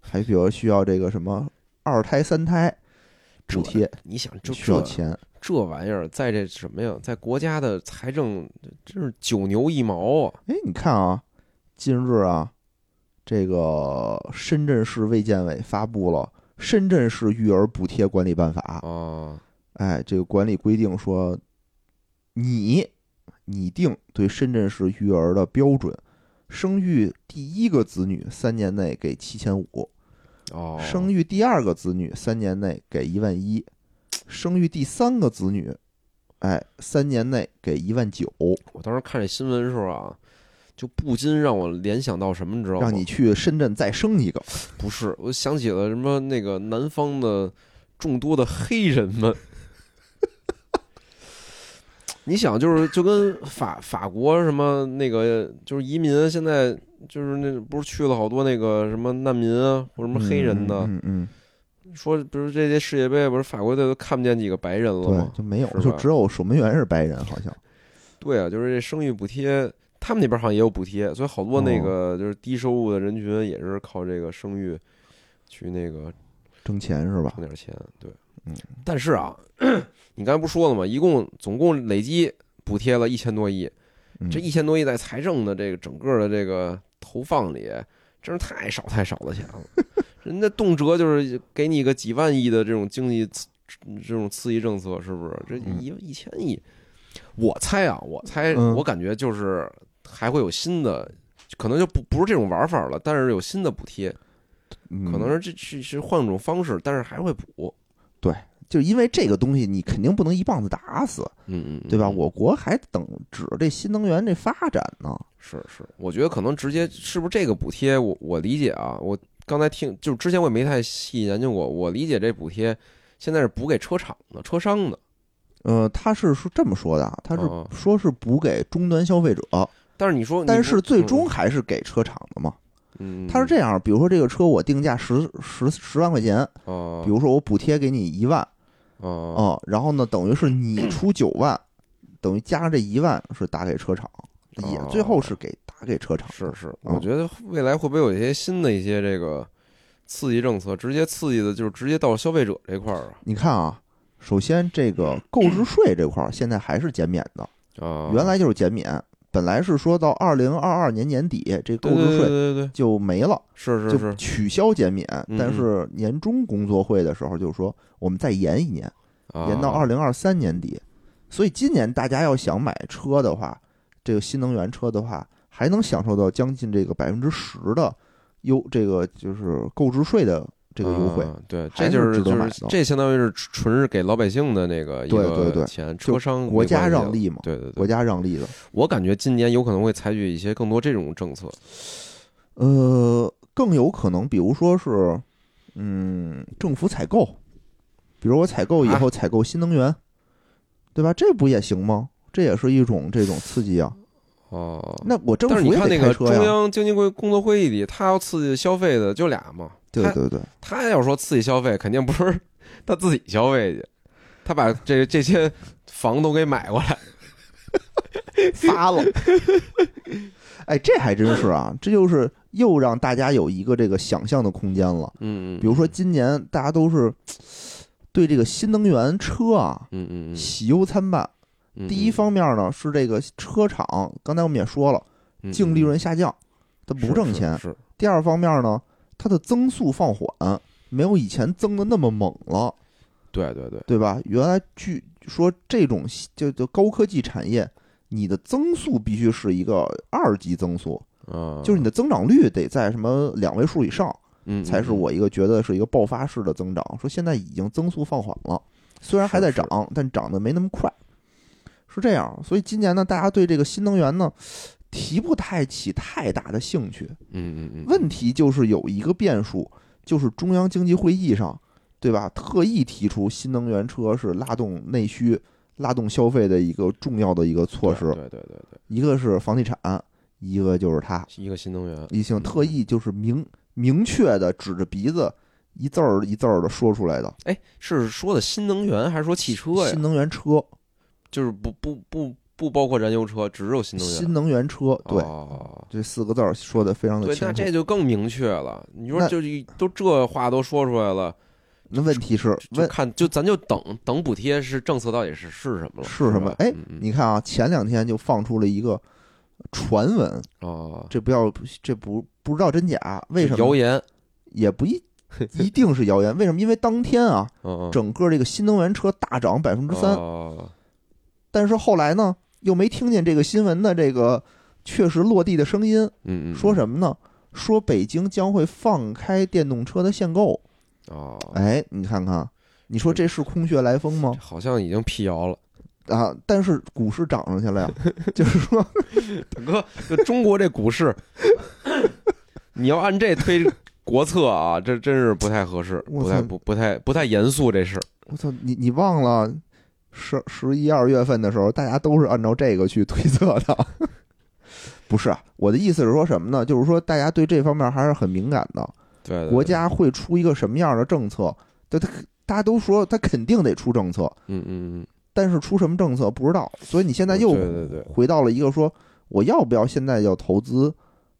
[SPEAKER 1] 还比如需要这个什么二胎、三胎
[SPEAKER 2] 这
[SPEAKER 1] 补贴，
[SPEAKER 2] 你想这
[SPEAKER 1] 需要
[SPEAKER 2] 这
[SPEAKER 1] 钱。
[SPEAKER 2] 这玩意儿，在这什么呀，在国家的财政真是九牛一毛啊！
[SPEAKER 1] 哎，你看啊，近日啊，这个深圳市卫健委发布了《深圳市育儿补贴管理办法》
[SPEAKER 2] 啊，
[SPEAKER 1] 哎，这个管理规定说，拟拟定对深圳市育儿的标准，生育第一个子女三年内给七千五，
[SPEAKER 2] 哦，
[SPEAKER 1] 生育第二个子女三年内给一万一，生育第三个子女，哎，三年内给一万九，
[SPEAKER 2] 我当时看这新闻的时候啊，就不禁让我联想到什么，你知道吗？
[SPEAKER 1] 让你去深圳再生一个。
[SPEAKER 2] 不是，我想起了什么那个南方的众多的黑人们。 你想，就是就跟法法国什么那个，就是移民，现在就是那不是去了好多那个什么难民啊，或者什么黑人呢？
[SPEAKER 1] 嗯嗯，
[SPEAKER 2] 说不是这届世界杯，不是法国队都看不见几个白人
[SPEAKER 1] 嗯
[SPEAKER 2] 了吗
[SPEAKER 1] 对，？就没有
[SPEAKER 2] 是，吧
[SPEAKER 1] 就只有守门员是白人，好像。
[SPEAKER 2] 对啊，就是这生育补贴，他们那边好像也有补贴，所以好多那
[SPEAKER 1] 哦
[SPEAKER 2] 个就是低收入的人群也是靠这个生育去那个
[SPEAKER 1] 挣钱是吧？
[SPEAKER 2] 挣点钱。对，
[SPEAKER 1] 嗯，
[SPEAKER 2] 但是啊，你刚才不说了吗？一共总共累积补贴了一千多亿，
[SPEAKER 1] 嗯
[SPEAKER 2] 这一千多亿在财政的这个整个的这个投放里，真是太少太少的钱了。 人家动辄就是给你个几万亿的这种经济刺这种刺激政策，是不是？这
[SPEAKER 1] 嗯
[SPEAKER 2] 一一千亿，我猜啊，我猜，
[SPEAKER 1] 嗯
[SPEAKER 2] 我感觉就是还会有新的，可能就不不是这种玩法了，但是有新的补贴，可能
[SPEAKER 1] 嗯
[SPEAKER 2] 是这是是换种方式，但是还会补。
[SPEAKER 1] 就因为这个东西，你肯定不能一棒子打死。
[SPEAKER 2] 嗯嗯，
[SPEAKER 1] 对吧？
[SPEAKER 2] 嗯
[SPEAKER 1] 我国还等指着这新能源这发展呢。
[SPEAKER 2] 是是，我觉得可能直接是不是这个补贴，我我理解啊，我刚才听就是之前我也没太细研究过，我理解这补贴现在是补给车厂的、车商的，
[SPEAKER 1] 呃，他是说这么说的啊，他是
[SPEAKER 2] 哦
[SPEAKER 1] 说是补给终端消费者，
[SPEAKER 2] 但是你说你不，
[SPEAKER 1] 但是最终
[SPEAKER 2] 嗯，
[SPEAKER 1] 还是给车厂的嘛。
[SPEAKER 2] 嗯，
[SPEAKER 1] 他是这样，比如说这个车我定价十十十万块钱，
[SPEAKER 2] 样，哦，
[SPEAKER 1] 比如说我补贴给你一万
[SPEAKER 2] 哦，
[SPEAKER 1] 啊、然后呢，等于是你出九万，等于加上这一万是打给车厂，也
[SPEAKER 2] 哦
[SPEAKER 1] 最后是给大给车厂。
[SPEAKER 2] 是是，
[SPEAKER 1] 嗯
[SPEAKER 2] 我觉得未来会不会有一些新的一些这个刺激政策，直接刺激的就是直接到消费者这块儿啊
[SPEAKER 1] 你看啊，首先这个购 置税这块儿现在还是减免的，
[SPEAKER 2] 啊，
[SPEAKER 1] 原来就是减免，本来是说到二零二二年年底这购
[SPEAKER 2] 对对
[SPEAKER 1] 置
[SPEAKER 2] 对
[SPEAKER 1] 税
[SPEAKER 2] 对对，
[SPEAKER 1] 就没了，
[SPEAKER 2] 是是
[SPEAKER 1] 就是取消减免。
[SPEAKER 2] 嗯
[SPEAKER 1] 但是年终工作会的时候就说我们再延一年，
[SPEAKER 2] 啊，
[SPEAKER 1] 延到二零二三年底。所以今年大家要想买车的话，这个新能源车的话，还能享受到将近这个百分之十的优，这个就是购置税的这个优惠。
[SPEAKER 2] 啊对，
[SPEAKER 1] 还
[SPEAKER 2] 这就是是
[SPEAKER 1] 值得
[SPEAKER 2] 就
[SPEAKER 1] 买
[SPEAKER 2] 是
[SPEAKER 1] 的
[SPEAKER 2] 这相当于是纯是给老百姓的那个一
[SPEAKER 1] 对对
[SPEAKER 2] 个
[SPEAKER 1] 对
[SPEAKER 2] 钱，
[SPEAKER 1] 就
[SPEAKER 2] 车商
[SPEAKER 1] 国
[SPEAKER 2] 没
[SPEAKER 1] 家
[SPEAKER 2] 关系
[SPEAKER 1] 让
[SPEAKER 2] 了
[SPEAKER 1] 利嘛
[SPEAKER 2] 对对对
[SPEAKER 1] 国，家让利的，
[SPEAKER 2] 我感觉今年有可能会采取一些更多这种政策，
[SPEAKER 1] 呃，更有可能，比如说是，嗯，政府采购，比如我采购以
[SPEAKER 2] 啊
[SPEAKER 1] 后采购新能源，对吧？这不也行吗？这也是一种这种刺激啊。
[SPEAKER 2] 哦，
[SPEAKER 1] 那我政
[SPEAKER 2] 但是
[SPEAKER 1] 府
[SPEAKER 2] 你
[SPEAKER 1] 也
[SPEAKER 2] 看
[SPEAKER 1] 得
[SPEAKER 2] 那
[SPEAKER 1] 开
[SPEAKER 2] 个
[SPEAKER 1] 车
[SPEAKER 2] 中
[SPEAKER 1] 呀，
[SPEAKER 2] 央经济会工作会议里，他要刺激消费的就俩嘛，
[SPEAKER 1] 对
[SPEAKER 2] 他
[SPEAKER 1] 对对，
[SPEAKER 2] 他要说刺激消费，肯定不是他自己消费去，他把这这些房都给 买过来，
[SPEAKER 1] 发了。 哎，这还真是啊，这就是又让大家有一个这个想象的空间了。
[SPEAKER 2] 嗯嗯，
[SPEAKER 1] 比如说今年大家都是对这个新能源车啊
[SPEAKER 2] 嗯嗯嗯
[SPEAKER 1] 喜忧参半，
[SPEAKER 2] 嗯，
[SPEAKER 1] 第一方面呢是这个车厂，刚才我们也说了，
[SPEAKER 2] 嗯嗯
[SPEAKER 1] 净利润下降，它
[SPEAKER 2] 是
[SPEAKER 1] 不挣钱。
[SPEAKER 2] 是是
[SPEAKER 1] 第二方面呢，它的增速放缓，没有以前增的那么猛了，
[SPEAKER 2] 对对对，
[SPEAKER 1] 对吧？原来据说这种就就高科技产业，你的增速必须是一个二级增速，
[SPEAKER 2] 啊，
[SPEAKER 1] 就是你的增长率得在什么两位数以上，
[SPEAKER 2] 嗯嗯
[SPEAKER 1] 才是
[SPEAKER 2] 嗯
[SPEAKER 1] 我一个觉得是一个爆发式的增长。说现在已经增速放缓了，虽然还在
[SPEAKER 2] 是是
[SPEAKER 1] 涨，但涨得没那么快，是这样。所以今年呢，大家对这个新能源呢提不太起太大的兴趣。
[SPEAKER 2] 嗯嗯嗯，
[SPEAKER 1] 问题就是有一个变数，就是中央经济会议上，对吧？特意提出新能源车是拉动内需、拉动消费的一个重要的一个措
[SPEAKER 2] 对
[SPEAKER 1] 施，
[SPEAKER 2] 对对对对，
[SPEAKER 1] 一个是房地产，一个就是它。
[SPEAKER 2] 一个新能源，
[SPEAKER 1] 已经特意就是明明确的指着鼻子一字儿一字儿的说出来的。
[SPEAKER 2] 哎，是说的新能源还是说汽车呀
[SPEAKER 1] 新？能源车，
[SPEAKER 2] 就是不不不不包括燃油车，只有新能源。
[SPEAKER 1] 新能源车，对，
[SPEAKER 2] 哦
[SPEAKER 1] 这四个字儿说的非常的
[SPEAKER 2] 对，
[SPEAKER 1] 清
[SPEAKER 2] 那
[SPEAKER 1] 楚
[SPEAKER 2] 这。就更明确了。你说
[SPEAKER 1] 那
[SPEAKER 2] 就一都这话都说出来了，
[SPEAKER 1] 那问题是
[SPEAKER 2] 就
[SPEAKER 1] 问
[SPEAKER 2] 看就咱就等等补贴是政策到底是是什么了？
[SPEAKER 1] 是什么
[SPEAKER 2] 吧？
[SPEAKER 1] 哎
[SPEAKER 2] 嗯嗯
[SPEAKER 1] 你看啊，前两天就放出了一个传闻，
[SPEAKER 2] 哦，
[SPEAKER 1] 这不要这不不知道真假，为什
[SPEAKER 2] 谣
[SPEAKER 1] 么
[SPEAKER 2] 言？
[SPEAKER 1] 也不 一一定是谣言？为什么？因为当天啊，
[SPEAKER 2] 嗯嗯，
[SPEAKER 1] 整个这个新能源车大涨百分之三，
[SPEAKER 2] 哦
[SPEAKER 1] 但是后来呢，又没听见这个新闻的这个确实落地的声音。
[SPEAKER 2] 嗯嗯，
[SPEAKER 1] 说什么呢？说北京将会放开电动车的限购。
[SPEAKER 2] 么？哦，
[SPEAKER 1] 哎，你看看，你说这是空穴来风吗
[SPEAKER 2] 这？好像已经辟谣了。
[SPEAKER 1] 啊，但是股市涨上去了呀， 就是说，
[SPEAKER 2] 大哥，就中国这股市，你要按这推国策啊，这真是不太合适，
[SPEAKER 1] 我
[SPEAKER 2] 不太
[SPEAKER 1] 操
[SPEAKER 2] 不不太不太严肃这事。
[SPEAKER 1] 我操，你你忘了十十一二月份的时候，大家都是按照这个去推测的。 不是，啊我的意思是说什么呢？就是说，大家对这方面还是很敏感的。
[SPEAKER 2] 对，对
[SPEAKER 1] 国，
[SPEAKER 2] 对
[SPEAKER 1] 家会出一个什么样的政策？对他，大家都说他肯定得出政策，
[SPEAKER 2] 嗯嗯嗯，
[SPEAKER 1] 但是出什么政策不知道，所以你现在又
[SPEAKER 2] 对对对，
[SPEAKER 1] 回到了一个说我要不要现在要投资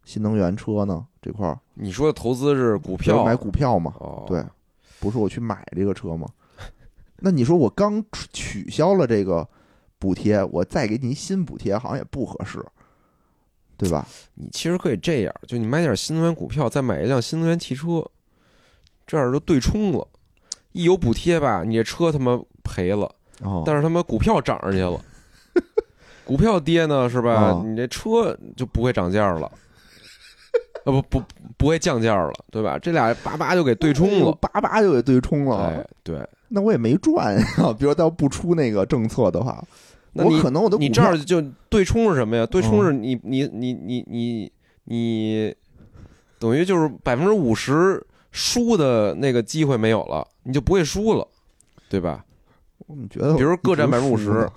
[SPEAKER 1] 新能源车呢这块儿，
[SPEAKER 2] 你说的投资是股
[SPEAKER 1] 比如
[SPEAKER 2] 票，
[SPEAKER 1] 买股票嘛，
[SPEAKER 2] 哦，
[SPEAKER 1] 对，不是我去买这个车嘛？那你说我刚取取消了这个补贴，我再给你新补贴，好像也不合适，对吧？
[SPEAKER 2] 你其实可以这样，就你买点新能源股票，再买一辆新能源汽车，这样就对冲了。一有补贴吧，你这车他妈赔了，
[SPEAKER 1] 哦，
[SPEAKER 2] 但是他妈股票涨上去了， 股票跌呢是吧？
[SPEAKER 1] 哦
[SPEAKER 2] 你这车就不会涨价了， 呃不不不会降价了，对吧？这俩叭叭就给对冲了，
[SPEAKER 1] 叭叭就给对冲了。
[SPEAKER 2] 哎对，
[SPEAKER 1] 那我也没赚呀。比如他要不出那个政策的话，
[SPEAKER 2] 那
[SPEAKER 1] 我
[SPEAKER 2] 你
[SPEAKER 1] 可能我的
[SPEAKER 2] 你
[SPEAKER 1] 股
[SPEAKER 2] 这
[SPEAKER 1] 票嗯
[SPEAKER 2] 儿就对冲是什么呀？对冲是你你你你你你，等于就是百分之五十输的那个机会没有了，你就不会输了，对吧？
[SPEAKER 1] 我们觉得
[SPEAKER 2] 比如各占
[SPEAKER 1] 一直
[SPEAKER 2] 50%
[SPEAKER 1] 输呢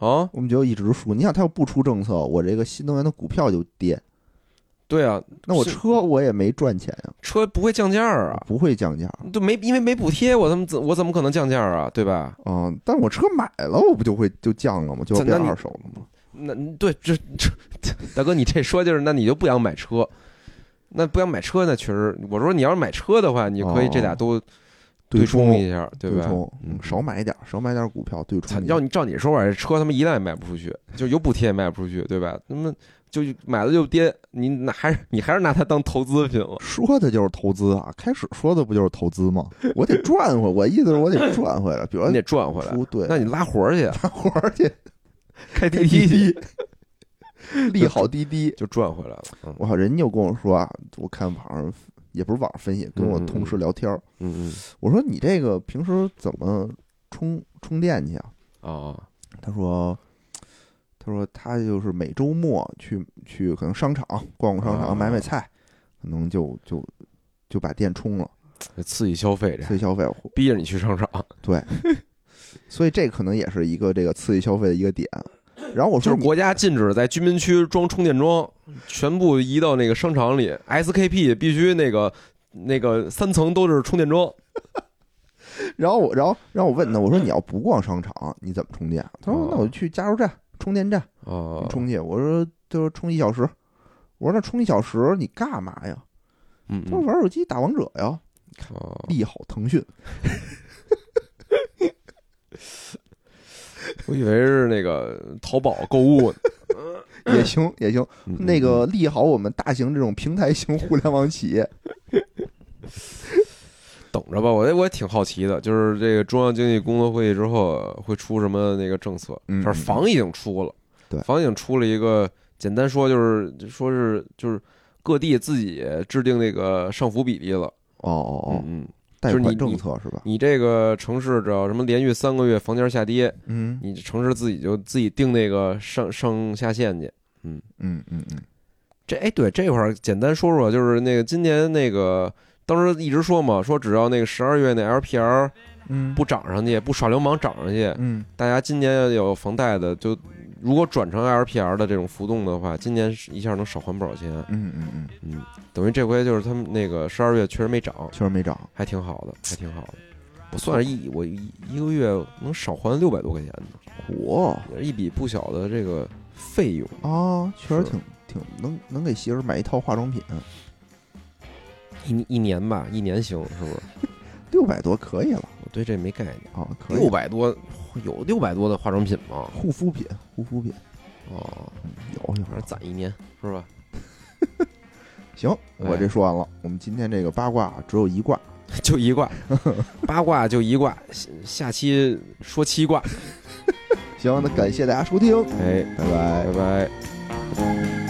[SPEAKER 2] 啊，
[SPEAKER 1] 我们就一直输。你想，他要不出政策，我这个新能源的股票就跌，
[SPEAKER 2] 对啊，
[SPEAKER 1] 那我
[SPEAKER 2] 是
[SPEAKER 1] 车我也没赚钱呀、
[SPEAKER 2] 车不会降价啊，
[SPEAKER 1] 不会降价。
[SPEAKER 2] 对，没因为没补贴，我怎么怎我怎么可能降价啊，对吧？
[SPEAKER 1] 嗯，但我车买了，我不就会就降了吗？就要
[SPEAKER 2] 那
[SPEAKER 1] 变
[SPEAKER 2] 你
[SPEAKER 1] 二手了吗？
[SPEAKER 2] 那对，这这 大哥，你这说就是，那你就不想买车，那不想买车，那确实，我说你要是买车的话，你可以这俩都对
[SPEAKER 1] 冲
[SPEAKER 2] 冲一下，对
[SPEAKER 1] 对
[SPEAKER 2] 吧？
[SPEAKER 1] 冲，
[SPEAKER 2] 嗯
[SPEAKER 1] 少买一点，少买点股票，对
[SPEAKER 2] 操
[SPEAKER 1] 冲一下。
[SPEAKER 2] 要你照你说法，这车他妈一辆也卖不出去，就有补贴也卖不出去，对吧？那么就买了就跌，你拿还是你还是拿它当投资品了。
[SPEAKER 1] 说的就是投资啊，开始说的不就是投资吗？我得赚回，我意思是我得赚回来，比如
[SPEAKER 2] 你得赚回来
[SPEAKER 1] 出，对
[SPEAKER 2] 那你拉活儿去，
[SPEAKER 1] 干活儿去，
[SPEAKER 2] 开 滴
[SPEAKER 1] 滴
[SPEAKER 2] 滴去
[SPEAKER 1] 利好滴滴。
[SPEAKER 2] 就赚回来了。嗯
[SPEAKER 1] 我靠，人家又跟我说啊，我看网上也不是网上分析，跟我
[SPEAKER 2] 嗯嗯
[SPEAKER 1] 同事聊天儿，
[SPEAKER 2] 嗯嗯
[SPEAKER 1] 我说你这个平时怎么充充电去啊？
[SPEAKER 2] 哦
[SPEAKER 1] 他说。他说他就是每周末去去可能商场逛逛商
[SPEAKER 2] 啊
[SPEAKER 1] 场买买菜，可能就就就把电充了，
[SPEAKER 2] 这刺激消费这
[SPEAKER 1] 所以消费。
[SPEAKER 2] 逼着你去商
[SPEAKER 1] 啊
[SPEAKER 2] 场，
[SPEAKER 1] 所以这可能也是一个这个刺激消费的一个点。然后我
[SPEAKER 2] 就
[SPEAKER 1] 说
[SPEAKER 2] 是
[SPEAKER 1] 你嗯
[SPEAKER 2] 国家禁止在居民区装充电桩，全部移到那个商场里。SKP 必须那个那个三层都是充电桩。
[SPEAKER 1] 然后我，然后，然后我问他，我说你要不逛商场，你怎么充电啊？他说
[SPEAKER 2] 哦
[SPEAKER 1] 那我就去加油站、充电站
[SPEAKER 2] 哦
[SPEAKER 1] 你，充去。我说他说充一小时。我说那充一小时你干嘛呀？
[SPEAKER 2] 嗯
[SPEAKER 1] 他说
[SPEAKER 2] 嗯，
[SPEAKER 1] 玩手机打王者呀，
[SPEAKER 2] 哦
[SPEAKER 1] 利好腾讯。
[SPEAKER 2] 我以为是那个淘宝购物呢。
[SPEAKER 1] 也行也行，
[SPEAKER 2] 嗯嗯
[SPEAKER 1] 那个利好我们大型这种平台型互联网企业。
[SPEAKER 2] 等着吧，我我也挺好奇的，就是这个中央经济工作会议之后会出什么那个政策？
[SPEAKER 1] 嗯
[SPEAKER 2] 反正房已经出了，
[SPEAKER 1] 对
[SPEAKER 2] 房已经出了一个，简单说就是说是就是各地自己制定那个上浮比例了。
[SPEAKER 1] 哦哦哦，
[SPEAKER 2] 嗯，嗯
[SPEAKER 1] 贷
[SPEAKER 2] 就是
[SPEAKER 1] 款
[SPEAKER 2] 你
[SPEAKER 1] 政
[SPEAKER 2] 你
[SPEAKER 1] 策是吧？
[SPEAKER 2] 你这个城市只要什么连续三个月房价下跌，
[SPEAKER 1] 嗯
[SPEAKER 2] 你城市自己就自己定那个上上下限去。
[SPEAKER 1] 嗯嗯嗯，
[SPEAKER 2] 这哎，对这块儿简单说说，就是那个今年那个当时一直说嘛，说只要那个十二月那 LPR
[SPEAKER 1] 嗯
[SPEAKER 2] 不涨上去，不耍流氓涨上去，
[SPEAKER 1] 嗯
[SPEAKER 2] 大家今年有房贷的，就如果转成 LPR 的这种浮动的话，今年是一下能少还不少钱。
[SPEAKER 1] 嗯嗯嗯，
[SPEAKER 2] 嗯，等于这回就是他们那个十二月确实没涨，
[SPEAKER 1] 确实没涨。
[SPEAKER 2] 还挺好的，还挺好的。我算是一我一一个月能少还六百多块钱呢，
[SPEAKER 1] 嚯
[SPEAKER 2] 也是一笔不小的这个费用。
[SPEAKER 1] 啊，确实
[SPEAKER 2] 是
[SPEAKER 1] 挺挺能能给媳妇儿买一套化妆品，
[SPEAKER 2] 一一年吧，一年行是不是？
[SPEAKER 1] 六百多可以了。
[SPEAKER 2] 我对这没概念。
[SPEAKER 1] 啊，可以
[SPEAKER 2] 六百多有六百多的化妆品吗？
[SPEAKER 1] 护肤品，护肤品
[SPEAKER 2] 哦，
[SPEAKER 1] 有有
[SPEAKER 2] 反正攒一年是吧？
[SPEAKER 1] 行，我这说完了。我们今天这个八卦只有一卦，
[SPEAKER 2] 就一卦，八卦就一卦，下下期说七卦。
[SPEAKER 1] 嗯行，那感谢大家收听，
[SPEAKER 2] 哎，
[SPEAKER 1] 拜拜
[SPEAKER 2] 拜。拜。